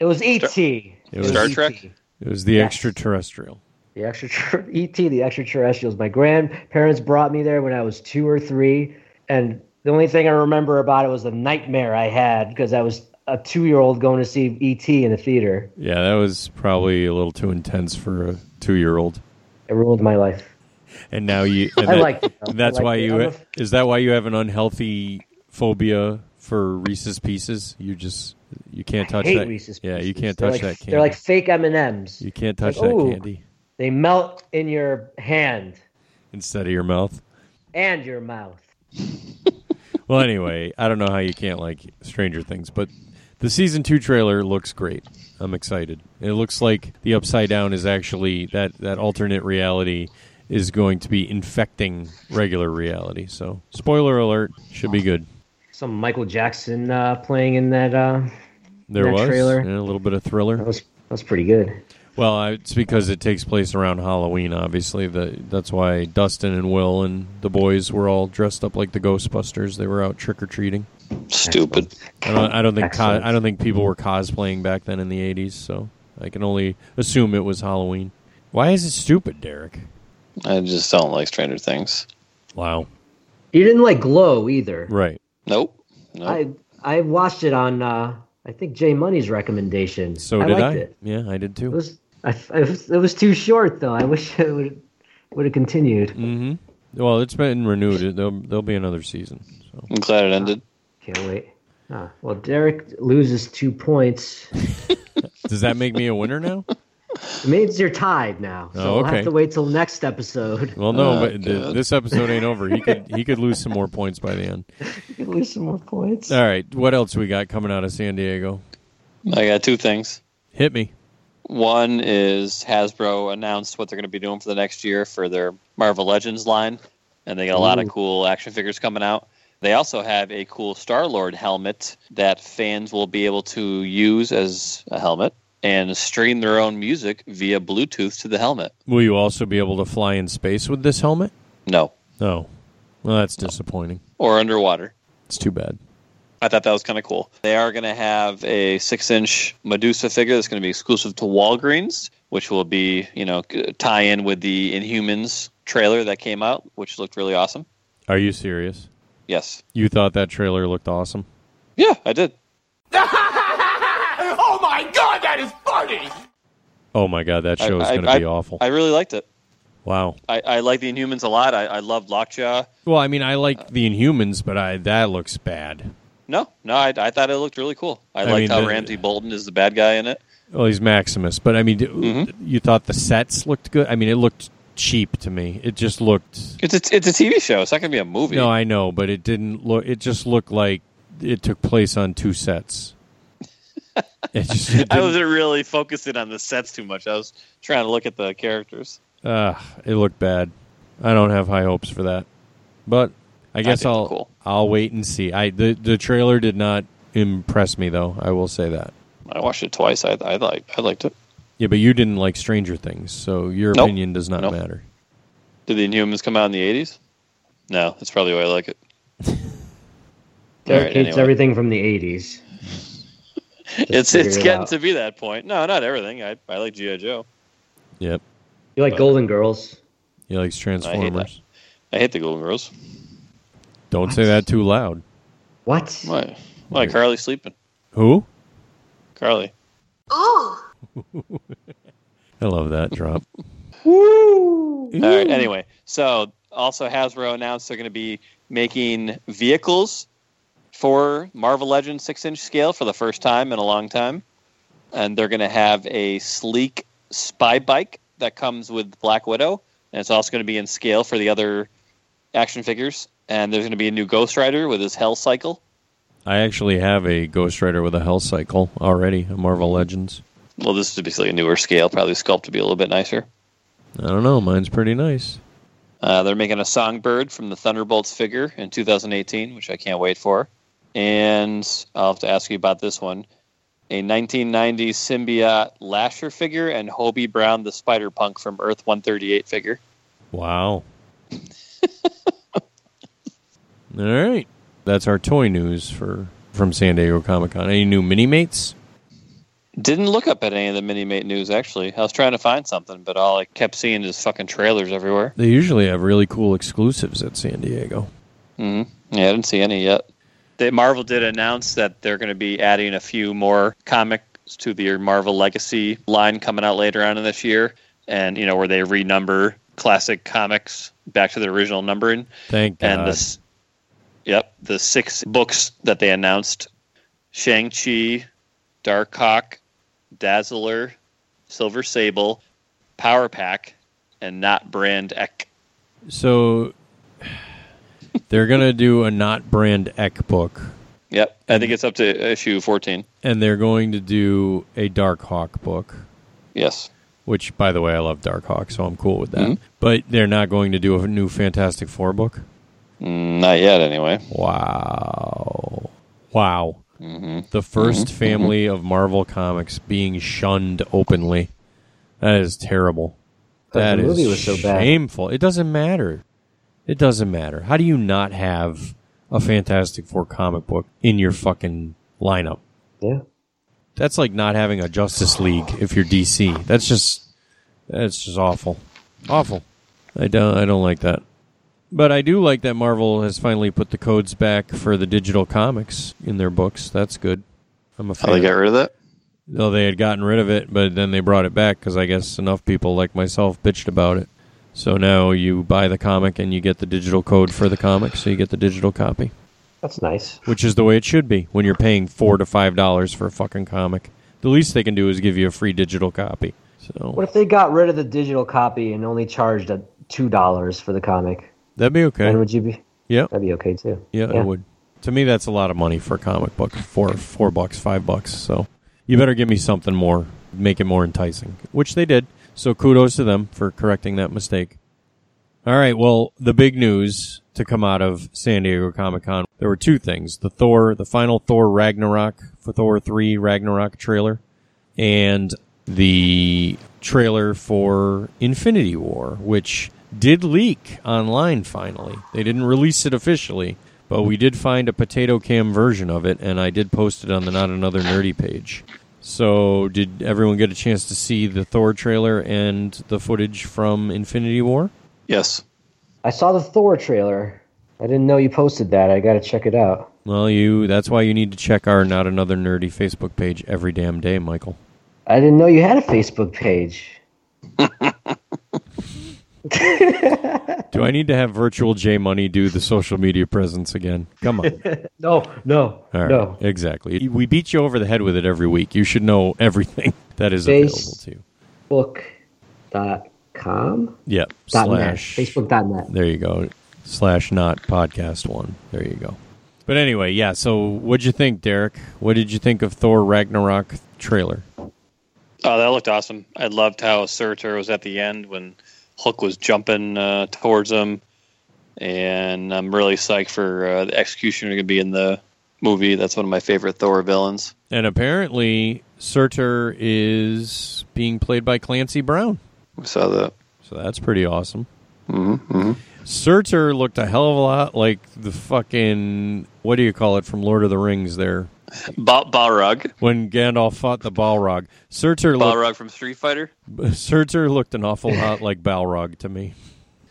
It was E.T.
It was
Star
E.T..
Trek?
It was the extraterrestrial.
The extra ET, the extraterrestrials. My grandparents brought me there when I was two or three, and the only thing I remember about it was the nightmare I had because I was a two-year-old going to see ET in the theater.
Yeah, that was probably a little too intense for a two-year-old.
It ruined my life.
And now you. And
I
that-
liked it, though.
That's
I liked
why
it.
you.
I'm a-
is that why you have an unhealthy phobia for Reese's Pieces? You just you can't touch
hate
that.
Reese's
yeah, you can't
They're
touch
like,
that candy.
They're like fake M and M's.
you can't touch that candy
They melt in your hand
instead of your mouth.
and your mouth.
Well, anyway, I don't know how you can't like Stranger Things, but the season two trailer looks great. I'm excited. It looks like the Upside Down is actually that that alternate reality is going to be infecting regular reality. So, spoiler alert, should be good.
Some Michael Jackson uh, playing in that. Uh,
There
that
was
trailer.
yeah, a little bit of thriller. That
was that's pretty good.
Well, I- it's because it takes place around Halloween. Obviously, the, that's why Dustin and Will and the boys were all dressed up like the Ghostbusters. They were out trick or treating.
Stupid.
I don't, I don't think co-
Excellent.
I don't think people were cosplaying back then in the '80s, so I can only assume it was Halloween. Why is it stupid, Derek?
I just don't like Stranger Things.
Wow.
You didn't like Glow either.
Right.
Nope.
I I watched it on uh, I think Jay Money's recommendation.
So did I.
liked It.
Yeah, I did too.
It was I, I was- it was too short though. I wish it would would have continued.
Mm-hmm. Well, it's been renewed. There'll, there'll be another season. So.
I'm glad it ended.
Can't wait. Ah, well, Derek loses two points.
Does that make me a winner now?
It means you're tied now. So
Oh,
We'll
okay.
have to wait till next episode.
Well, no,
Uh,
but th- this episode ain't over. He could he could lose some more points by the end.
you can lose some more points.
All right, what else we got coming out of San Diego?
I got two things.
Hit me.
One is Hasbro announced what they're going to be doing for the next year for their Marvel Legends line, and they got a lot of
Ooh.
cool action figures coming out. They also have a cool Star Lord helmet that fans will be able to use as a helmet and stream their own music via Bluetooth to the helmet.
Will you also be able to fly in space with this helmet?
No.
No. Well, that's disappointing.
or underwater.
It's too bad.
I thought that was kind of cool. They are going to have a six-inch Medusa figure that's going to be exclusive to Walgreens, which will be, you know, g- tie in with the Inhumans trailer that came out, which looked really awesome.
Are you serious?
Yes.
You thought that trailer looked awesome?
Yeah, I did.
oh my god, that is funny!
Oh my god, that show
I- I-
is going to be awful.
I really liked it.
wow.
I, I like the Inhumans a lot. I, I love Lockjaw.
Well, I mean, I like the Inhumans, but I that looks bad.
No, no, I, I thought it looked really cool. I,
I
liked
mean,
how
the-
Ramsey Bolton is the bad guy in it.
Well, he's Maximus, but I mean, d
Mm-hmm.
you thought the sets looked good? I mean, it looked cheap to me. It just looked
It's a, it's a TV show. It's not going to be a movie.
No, I know, but it didn't look. It just looked like it took place on two sets. It just it,
I
didn't-
wasn't really focusing on the sets too much. I was trying to look at the characters.
Ugh, it looked bad. I don't have high hopes for that, but I guess
think
I'll I'll wait and see. I the the trailer did not impress me though. I will say that.
I watched it twice. I I liked I liked it.
Yeah, but you didn't like Stranger Things, so your
Nope.
opinion does not
Nope.
matter.
Did the Inhumans come out in the eighties? No, that's probably why I like it.
Derek
All right,
hates
anyway.
everything from the '80s.
It's
figure
it's
it
getting
out.
to be that point. No, not everything. I, I like GI Joe.
Yep.
You like Golden Girls?
You like Transformers?
I hate the Golden Girls.
Don't say that too loud.
What?
Why? Why Carly's sleeping?
Who?
Carly.
Ooh.
I love that drop.
Woo! All right. Anyway, so also Hasbro announced they're going to be making vehicles for Marvel Legends six-inch scale for the first time in a long time, and they're going to have a sleek spy bike that comes with Black Widow, and it's also going to be in scale for the other action figures. And there's going to be a new Ghost Rider with his Hell Cycle.
I actually have a Ghost Rider with a Hell Cycle already, a Marvel Legends.
Well, this is basically a newer scale, probably sculpted to be a little bit nicer.
I don't know. Mine's pretty nice.
Uh, they're making a Songbird from the Thunderbolts figure in 2018, which I can't wait for. And I'll have to ask you about this one a 1990 symbiote Lasher figure and Hobie Brown the Spider Punk from Earth 138 figure.
Wow. All right. That's our toy news for from San Diego Comic Con. Any new mini mates?
Didn't look up at any of the mini mate news actually. I was trying to find something, but all I kept seeing is fucking trailers everywhere.
They usually have really cool exclusives at San Diego.
hmm Yeah, I didn't see any yet. They, Marvel did announce that they're going to be adding a few more comics to their Marvel Legacy line coming out later on in this year, and you know where they renumber classic comics back to the original numbering.
Thank
And
God.
this, yep, the six books that they announced: Shang Chi, Dark Hawk, Dazzler, Silver Sable, Power Pack, and Not Brand Ek.
So they're gonna do a not brand Eck book,
Yep, I think it's up to issue fourteen.
and they're going to do a Dark Hawk book.
Yes.
Which, by the way, I love Dark Hawk, so I'm cool with that.
Mm-hmm.
But they're not going to do a new Fantastic Four book.
Mm, Not yet, anyway.
Wow. Wow. The 1st
Mm-hmm.
Mhm.
family of Marvel Comics being shunned openly. That is terrible.
But
That
the
is
movie was so bad.
shameful. It doesn't matter. It doesn't matter. How do you not have a Fantastic Four comic book in your fucking lineup?
Yeah.
That's like not having a Justice League if you're DC. That's just that's just awful. Awful. I don't I don't like that. But I do like that Marvel has finally put the codes back for the digital comics in their books. That's good. I'm a fan.
How they got rid of that?
No, they had gotten rid of it, but then they brought it back because I guess enough people like myself bitched about it. So now you buy the comic and you get the digital code for the comic, so you get the digital copy,
That's nice.
which is the way it should be when you're paying four to five dollars for a fucking comic. The least they can do is give you a free digital copy. So
What if they got rid of the digital copy and only charged a two dollars for the comic?
that'd be okay.
Then would you be?
Yeah.
that'd be okay too.
Yeah,
Yeah.
it would. To me, that's a lot of money for a comic book. Four, four bucks, five bucks. So you better give me something more, make it more enticing, which they did. So kudos to them for correcting that mistake. All right. Well, the big news to come out of San Diego Comic Con, there were two things: the Thor, the final Thor Ragnarok, for Thor three Ragnarok trailer, and the trailer for Infinity War, which did leak online. Finally, they didn't release it officially, but we did find a potato cam version of it, and I did post it on the Not Another Nerdy page. So, did everyone get a chance to see the Thor trailer and the footage from Infinity War?
Yes.
I saw the Thor trailer. I didn't know you posted that. I gotta check it out.
Well, you that's why you need to check our not another nerdy Facebook page every damn day, Michael.
I didn't know you had a Facebook page.
Do I need to have virtual J Money do the social media presence again? Come on.
no, no,
All right.
no.
Exactly. We beat you over the head with it every week. You should know everything that is available to you.
Facebook.com?
Yeah.
Dot net.
slash
Facebook.net.
There you go. Slash not podcast one. There you go. But anyway, yeah, so what'd you think, Derek? What did you think of Thor Ragnarok trailer?
Oh, that looked awesome. I loved how Surtur was at the end when Hulk was jumping uh, towards him. And I'm really psyched for uh, the Executioner to be in the movie. That's one of my favorite Thor villains.
And apparently, Surtur is being played by Clancy Brown.
We saw that.
So that's pretty awesome. Mm-hmm. Surtur looked a hell of a lot like the fucking what do you call it from Lord of the Rings? There,
Ba- Balrog.
when Gandalf fought the Balrog, Surtur
Balrog from Street Fighter.
looked Surtur looked an awful lot like Balrog to me.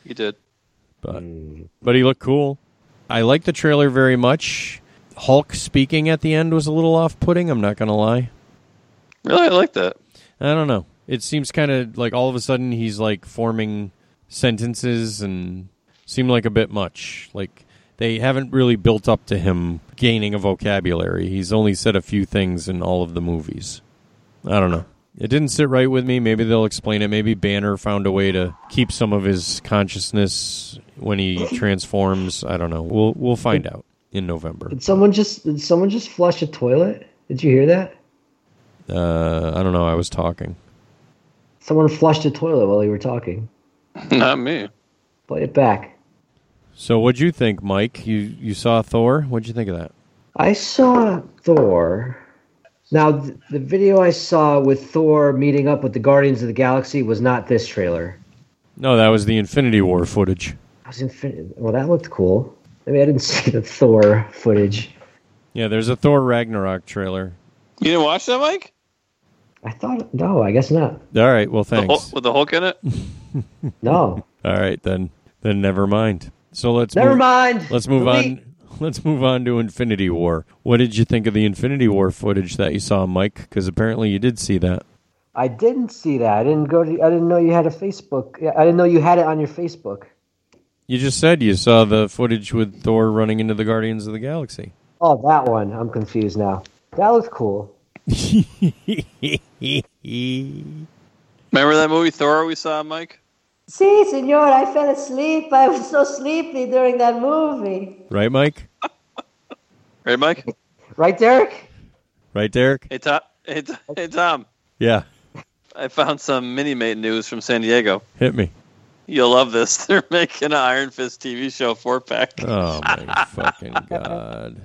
He did.
But but he looked cool. I like the trailer very much. Hulk speaking at the end was a little off-putting. I'm not gonna lie.
Really, I like that.
I don't know. It seems kind of like all of a sudden he's like forming sentences and seemed like a bit much. Like they haven't really built up to him gaining a vocabulary. He's only said a few things in all of the movies. I don't know. It didn't sit right with me. Maybe they'll explain it. Maybe Banner found a way to keep some of his consciousness when he transforms. I don't know. We'll we'll find out in November.
Did someone just did someone just flush a toilet? Did you hear that?
Uh, I don't know. I was talking.
Someone flushed a toilet while you were talking.
Not me.
Play it back.
So, what'd you think, Mike? You you saw Thor? What'd you think of that?
I saw Thor. Now, th- the video I saw with Thor meeting up with the Guardians of the Galaxy was not this trailer.
No, that was the Infinity War footage.
I was infin- Well, that looked cool. I mean, I didn't see the Thor footage.
Yeah, there's a Thor Ragnarok trailer.
You didn't watch that, Mike?
I thought no, I guess not.
All right, well,
The
thanks.
Hulk, with the Hulk in it?
No.
All right, then then never mind. So let's
Never
move-
mind.
Let's move
Delete.
on. Let's move on to Infinity War. What did you think of the Infinity War footage that you saw, Mike? Because apparently you did see that.
I didn't see that. I didn't go to. I didn't know you had a Facebook. yeah, I didn't know you had it on your Facebook.
You just said you saw the footage with Thor running into the Guardians of the Galaxy.
Oh, that one. I'm confused now. That looked cool.
Remember that movie Thor we saw, Mike?
See, senor, I fell asleep. I was so sleepy during that movie.
Right, Mike?
Right, Mike?
Right, Derek?
Right, Derek?
Hey, Tom. Hey, Tom- hey, Tom.
Yeah,
I found some mini mate news from San Diego.
hit me.
You'll love this. They're making an Iron Fist TV show four pack.
Oh my fucking god!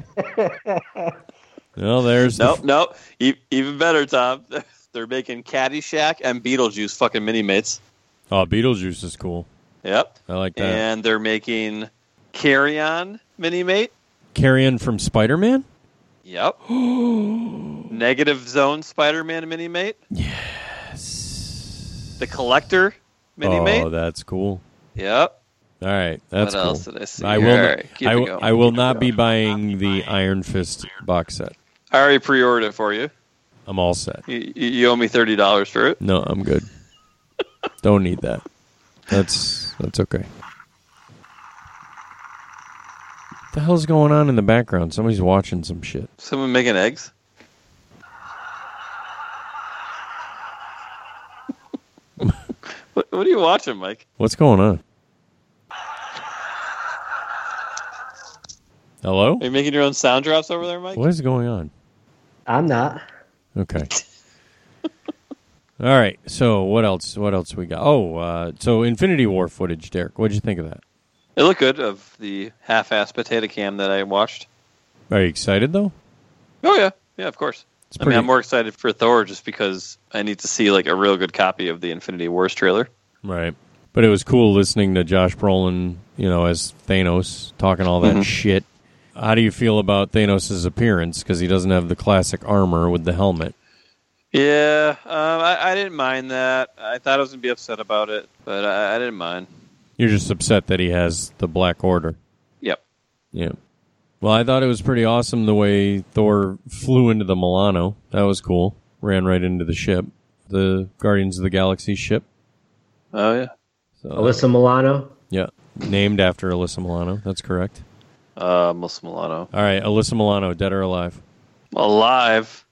Well, there's the-
Nope, nope. E- even better, Tom. They're making Caddyshack and Beetlejuice fucking mini mates.
oh, Beetlejuice is cool.
Yep.
I like that.
And they're making Carry On mini mate.
Carrion from Spider Man.
Yep. Negative Zone Spider Man mini mate. Yes. The Collector mini mate.
Oh, that's cool.
Yep.
All right, that's
What
cool.
else did I see?
will.
All right, keep
I,
it
will-
going.
I will not be buying the Iron Fist box set.
I already pre ordered it for you.
I'm all set.
You, you- you owe me thirty dollars for it.
No, I'm good. Don't need that. That's that's okay. What the hell's going on in the background? Somebody's watching some shit.
Someone making eggs. what, what are you watching, Mike?
What's going on? Hello?
Are you making your own sound drops over there, Mike?
What is going on?
I'm not.
Okay. All right. So what else? What else we got? Oh, uh, so Infinity War footage, Derek. What'd you think of that?
It looked good of the half-ass potato cam that I watched.
Are you excited though?
Oh yeah, yeah, of course. I mean,
pretty-
I'm more excited for Thor just because I need to see like a real good copy of the Infinity Wars trailer.
Right. But it was cool listening to Josh Brolin, you know, as Thanos talking all that
Mhm.
shit. How do you feel about Thanos' appearance? Because he doesn't have the classic armor with the helmet.
Yeah, um, I, I didn't mind that. I thought I was gonna be upset about it, but I, I didn't mind.
You're just upset that he has the Black Order.
Yep.
Yeah. Well, I thought it was pretty awesome the way Thor flew into the Milano. That was cool. Ran right into the ship, the Guardians of the Galaxy ship.
Oh yeah.
So,
Alyssa Milano.
Yeah. Named after Alyssa Milano. That's correct.
Uh, Melissa Milano.
All right. Alyssa Milano, dead or alive?
Alive.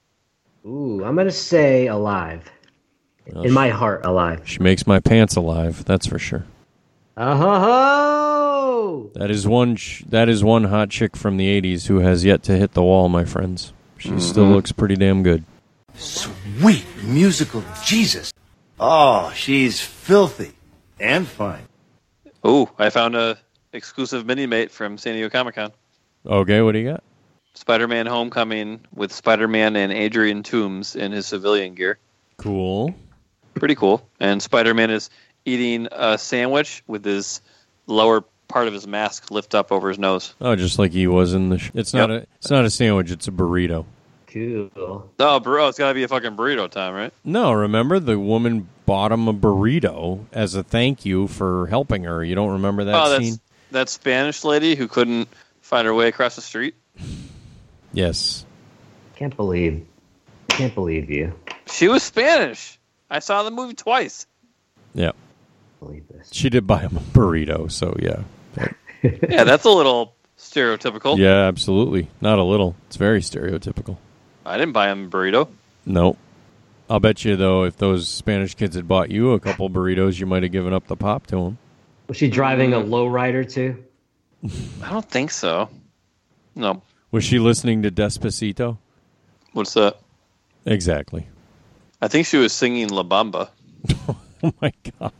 Ooh, I'm gonna say alive.
Well,
In my heart, alive.
She makes my pants alive. That's for sure.
Uh ho
That is one. Sh- that is one hot chick from the '80s who has yet to hit the wall, my friends. She still
Mhm.
looks pretty damn good.
Sweet musical Jesus. Oh, she's filthy and fine.
Ooh, I found a exclusive mini mate from San Diego Comic Con.
Okay, what do you got?
Spider-Man: Homecoming with Spider-Man and Adrian Toomes in his civilian gear.
Cool.
Pretty cool. And Spider-Man is eating a sandwich with his lower part of his mask lift up over his nose.
Oh, just like he was in the. Sh- it's not
Yep.
a. It's not a sandwich. It's a
ho!
burrito.
Cool.
Oh, bro, it's gotta be a fucking burrito time, right?
No, remember the woman bought him a burrito as a thank you for helping her. You don't remember that
oh, that's
scene?
that Spanish lady who couldn't find her way across the street?
Yes.
Can't believe. Can't believe you.
She was Spanish. I saw the movie twice.
Yeah. She did buy him a burrito, so yeah.
yeah, that's a little stereotypical.
Yeah, absolutely. Not a little. It's very stereotypical.
I didn't buy him a burrito.
No. I'll bet you though, if those Spanish kids had bought you a couple burritos, you might have given up the pop to them.
Was she driving a
Mm-hmm.
lowrider too?
I don't think so. No.
Was she listening to Despacito?
What's that?
Exactly.
I think she was singing La Bamba.
oh my god.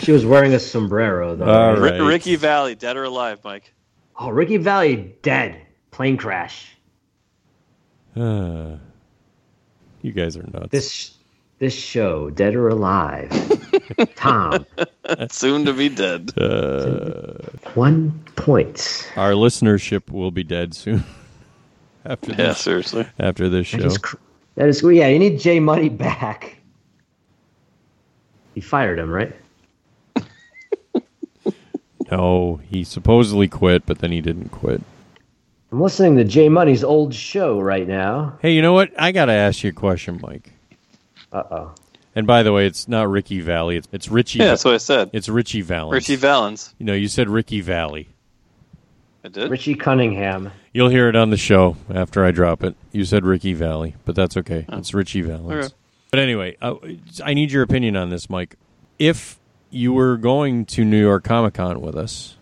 She was wearing a sombrero though.
Uh,
All right.
R- Ricky Valley, dead or alive, Mike?
Oh, Ricky Valley dead. Plane crash.
Uh, you guys are nuts.
This this show, dead or alive. Tom.
Soon to be dead.
Uh,
One point.
our listenership will be dead soon. after
Yeah,
this,
seriously.
After this
That
show,
is, cr- that is yeah. You need J Money back. He fired him, right?
no, he supposedly quit, but then he didn't quit.
I'm listening to J Money's old show right now.
Hey, you know what? I gotta ask you a question, Mike.
Uh oh.
And by the way, it's not Ricky Valley. It's it's Richie.
Yeah, that's what I said.
It's Richie Valley.
Richie Valens.
You know, you said Ricky Valley.
I did.
Richie Cunningham.
You'll hear it on the show after I drop it. You said Ricky Valley, but that's okay. It's Richie Valens.
Okay.
But anyway, uh, I need your opinion on this, Mike. If you were going to New York Comic Con with us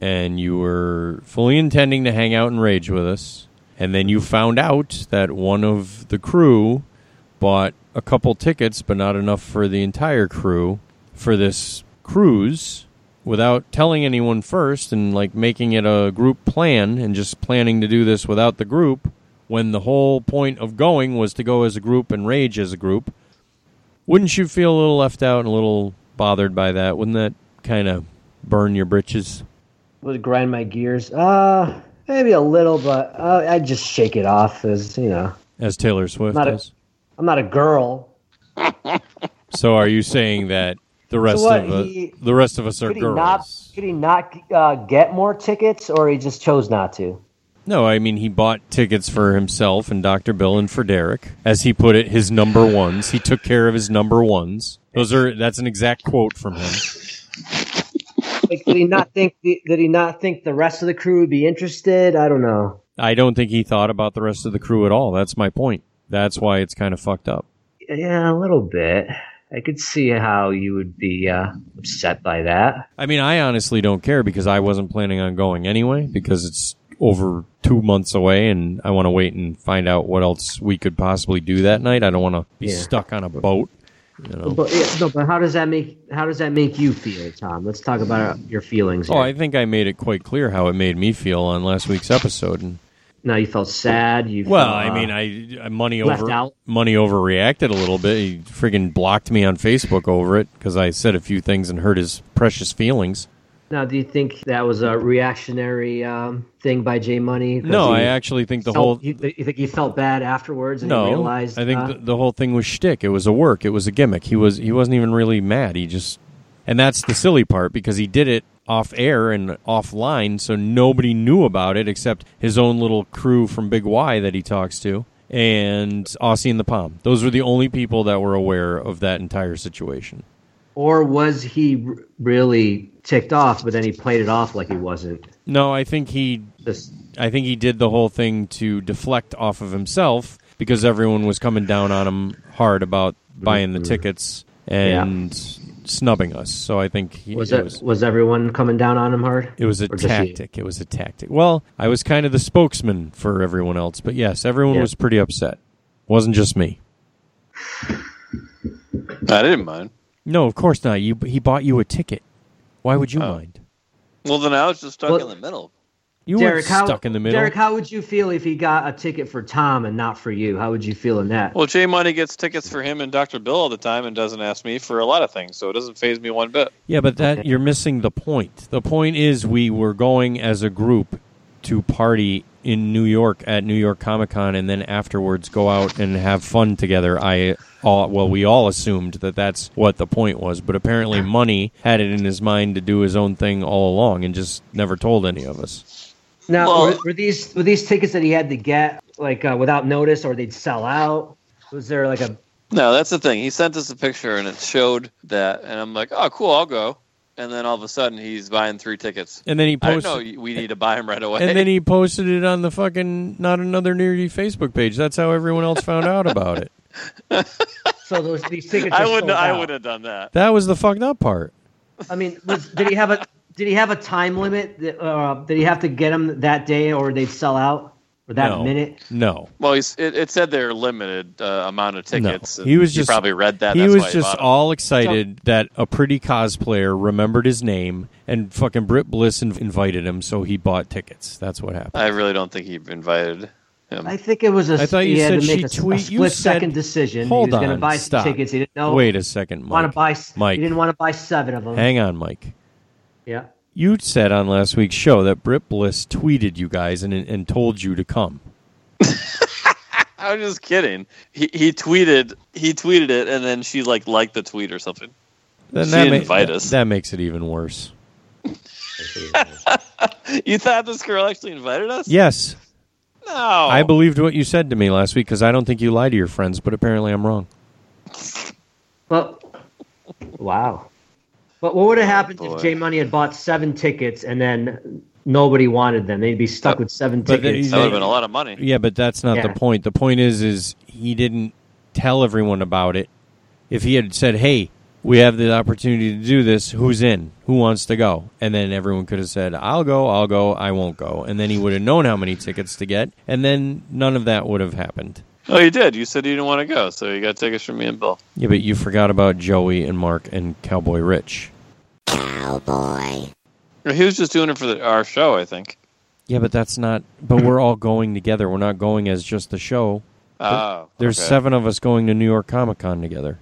and you were fully intending to hang out and rage with us, and then you found out that one of the crew bought a couple tickets, but not enough for the entire crew for this cruise without telling anyone first and like making it a group plan and just planning to do this without the group when the whole point of going was to go as a group and rage as a group. Wouldn't you feel a little left out and a little bothered by that? Wouldn't that kind of burn your britches?
Would it grind my gears? Uh maybe a little, but uh, I just shake it off as you know.
As Taylor Swift
Not a-
does.
I'm not a girl.
So are you saying that the rest
what,
of us,
he-
the rest of us are
Could he
girls?
not? Could he not uh, get more tickets, or he just chose not to?
No, I mean he bought tickets for himself and Dr. Bill and for Derek, as he put it, his number ones. He took care of his number ones. Those are that's an exact quote from him.
Like, did he not think? The, did he not think the rest of the crew would be interested? I don't know.
I don't think he thought about the rest of the crew at all. That's my point. That's why it's kind of fucked up.
Yeah, a little bit. I could see how you would be uh, upset by that.
I mean, I honestly don't care because I wasn't planning on going anyway because it's over two months away and I want to wait and find out what else we could possibly do that night. I don't want to be
Yeah.
stuck on a boat. You know?
But yeah, no, but how does that make how does that make you feel, Tom? Let's talk about your feelings.
Oh,
here.
I think I made it quite clear how it made me feel on last week's episode. And
now you felt sad. You
Well,
felt,
I
uh,
mean, I, I money
left
over
out.
money overreacted a little bit. He friggin' blocked me on Facebook over it because I said a few things and hurt his precious feelings.
now do you think that was a reactionary um, thing by J Money? 'Cause
No, I
he
actually think the
felt-
whole
You, you think he felt bad afterwards and he
no,
realized?
I think
uh,
the, the whole thing was shtick. It was a work. It was a gimmick. He was he wasn't even really mad. He just and that's the silly part because he did it off air and offline, so nobody knew about it except his own little crew from Big Y that he talks to and Aussie and the Palm. Those were the only people that were aware of that entire situation.
Or was he r- really ticked off, but then he played it off like he wasn't?
No, I think he
Just
I think he did the whole thing to deflect off of himself because everyone was coming down on him hard about buying the tickets and snubbing us. So I think he,
was
it,
it,
was
was, everyone coming down on him hard?
it was a
or just he?
tactic. It was a tactic. Well, I was kind of the spokesman for everyone else, but yes, everyone
Yeah.
was pretty upset. Wasn't just me.
I didn't mind.
No, of course not. You he bought you a ticket. Why would you
Oh.
mind?
Well, then I was just stuck
Well-
in the middle.
You were
Derek, how,
stuck in the middle.
Derek, how would you feel if he got a ticket for Tom and not for you? How would you feel in that?
Well, Jay Money gets tickets for him and Dr. Bill all the time and doesn't ask me for a lot of things, so it doesn't phase me one bit.
Yeah, but that you're missing the point. The point is we were going as a group to party in New York at New York Comic Con, and then afterwards go out and have fun together. I all well, we all assumed that that's what the point was, but apparently, money had it in his mind to do his own thing all along, and just never told any of us.
Now, were, were these were these tickets that he had to get like uh, without notice, or they'd sell out? Was there like a
No, that's the thing. He sent us a picture and it showed that, and I'm like, oh, cool, I'll go. And then all of a sudden, he's buying three tickets.
And then he
I know
posted-
we need to buy him right away.
And then he posted it on the fucking not another near you Facebook page. That's how everyone else found out about it.
so those these tickets?
I
are
wouldn't.
sold
I
out.
would have done that.
That was the fucked up part.
I mean, was, did he have a did he have a time limit? That, uh, did he have to get them that day, or they'd sell out or that
No.
minute?
No.
Well, he's, it, it said they're limited uh, amount of tickets.
No,
and
he was just
probably read that.
He
that's
was
why
just
bought 'em.
all excited that a pretty cosplayer remembered his name and fucking Britt Bliss inv- invited him, so he bought tickets. That's what
Uh,
happened.
I really don't think he invited him.
I think it was a.
I thought you
he had
said
to make
she
a,
tweet-
a
you
split
said-
second decision.
Hold
he was going to
on,
buy
stop.
tickets. He didn't know.
Wait a second,
Want
Mike.
to buy? s-
Mike.
He didn't want to buy seven of them.
Hang on, Mike.
Yeah.
You said on last week's show that Britt Bliss tweeted you guys and and told you to come.
I was just kidding. He, he tweeted. He tweeted it, and then she like liked the tweet or something.
Then
She
that
didn't invite
that,
us.
that makes it even worse.
You thought this girl actually invited us?
Yes,
No.
I believed what you said to me last week because I don't think you lie to your friends, but apparently I'm wrong.
Well, wow. But what would have happened
Oh, boy.
if Jay Money had bought seven tickets and then nobody wanted them? They'd be stuck with seven
Uh, But then
tickets.
he- Yeah, but that's not
Yeah.
the point. The point is, is he didn't tell everyone about it. If he had said, "Hey, we have the opportunity to do this. Who's in? Who wants to go?" and then everyone could have said, "I'll go. I'll go. I won't go," and then he would have known how many tickets to get, and then none of that would have happened.
Oh, you did. You said you didn't want to go, so you got tickets from me and Bill.
Yeah, but you forgot about Joey and Mark and Cowboy Rich.
Cowboy. He was just doing it for the, our show, I think.
Yeah, but that's not. But we're all going together. We're not going as just the show.
Oh,
There's
okay.
seven of us going to New York Comic Con together.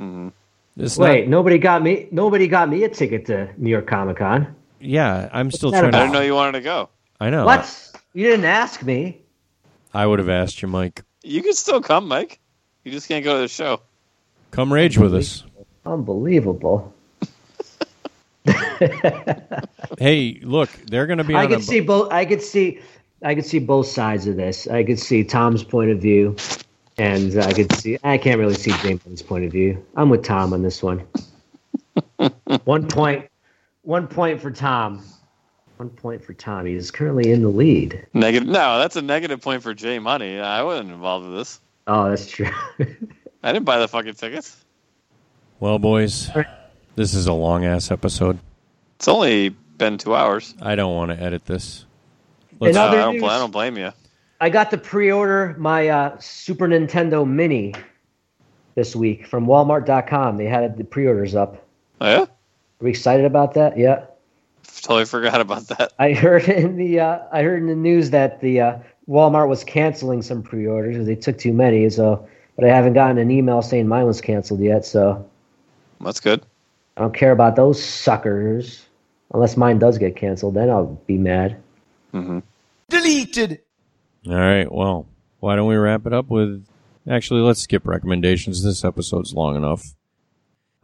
Mhm.
It's not-
Mm-hmm. Wait, nobody got me. Nobody got me a ticket to New York Comic Con.
yeah, I'm still
that
trying to.
about? I didn't know
You wanted to go.
I know.
What? You didn't ask me.
I would have asked you, Mike.
You can still come, Mike. You just can't go to the show.
Come rage with us.
Unbelievable.
hey, look, they're going to be on
I could
a-
see both. I could see. I could see both sides of this. I could see Tom's point of view, and I could see. I can't really see James's point of view. I'm with Tom on this one. one point. One point for Tom. One point for Tom. He is currently in the lead.
Negative. No, that's a negative point for Jay Money. I wasn't involved with this.
Oh, that's true.
I didn't buy the fucking tickets.
Well, boys, this is a long ass episode.
It's only been two hours.
I don't want to edit this.
In
No,
other
I, don't, bl-
news-
I don't blame you.
I got to pre-order my uh, Super Nintendo Mini this week from Walmart.com. They had the pre-orders up.
Oh, yeah?
Are we excited about that? Yeah.
Totally forgot about that.
I heard in the uh, I heard in the news that the uh, Walmart was canceling some pre-orders because they took too many. So, but I haven't gotten an email saying mine was canceled yet. So
That's good.
I don't care about those suckers. Unless mine does get canceled, then I'll be mad.
Mm-hmm.
Deleted.
All right, well, why don't we wrap it up with. Actually, let's skip recommendations. This episode's long enough.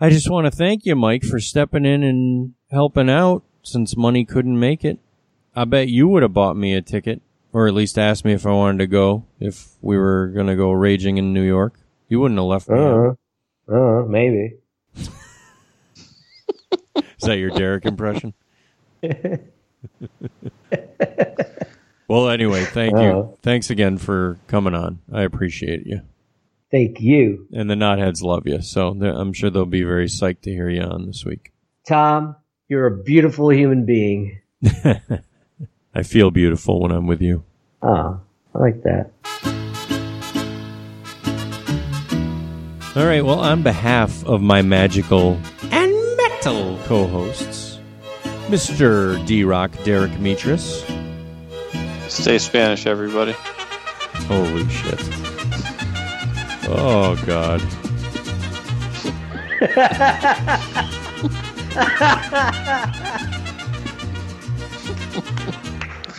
I just want to thank you, Mike, for stepping in and helping out since money couldn't make it. I bet you would have bought me a ticket, or at least asked me if I wanted to go, if we were going to go raging in New York. You wouldn't have left me. out.
Uh-huh. uh, maybe.
Is that your Derek impression? well, anyway, thank you.
Oh.
Thanks again for coming on. I appreciate you.
Thank you,
And the Knotheads love you. So they're- I'm sure they'll be very psyched to hear you on this week.
Tom. You're a beautiful human being.
I feel beautiful when I'm with you.
Ah, I like that.
All right. Well, on behalf of my magical and metal co hosts, Mr. D Rock Derek Mitris.
Stay Spanish, everybody.
Holy shit. Oh, God.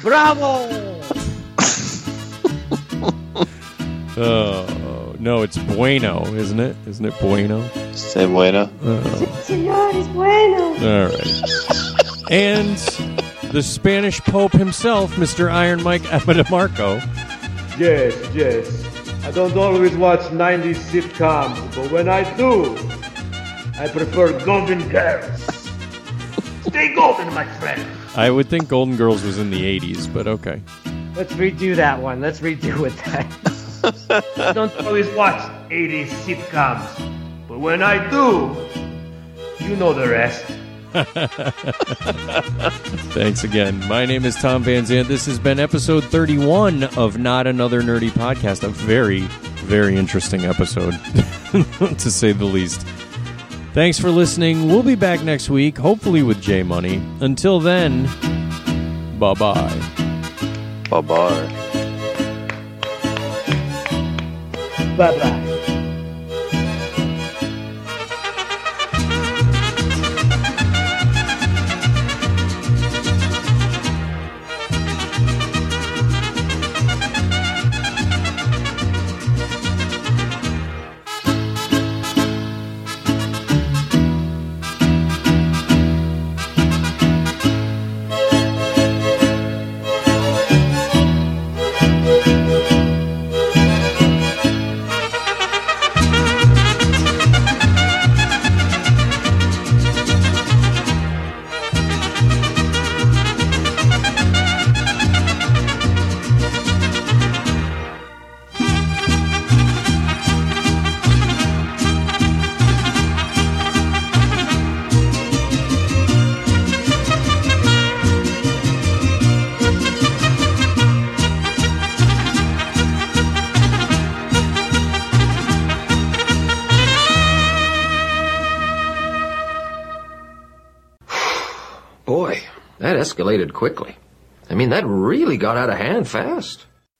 Bravo!
Oh no, it's bueno, isn't it? Isn't it bueno?
Say bueno.
Oh.
Senor is bueno.
all right. And the Spanish Pope himself, Mr. Iron Mike Abadamarco.
Yes, yes. I don't always watch 90s sitcoms, but when I do, I prefer Golden Girls. Stay golden, my friend.
I would think Golden Girls was in the 80s, but okay.
Let's redo that one. Let's redo it. That.
I don't always watch 80s sitcoms, but when I do, you know the rest.
Thanks again. My name is Tom Van Zandt. This has been episode 31 of Not Another Nerdy Podcast. A very, very interesting episode, to say the least. Thanks for listening. We'll be back next week, hopefully with J Money. Until then, bye bye.
Bye bye.
Bye bye.
Boy, that escalated quickly. I mean, that really got out of hand fast.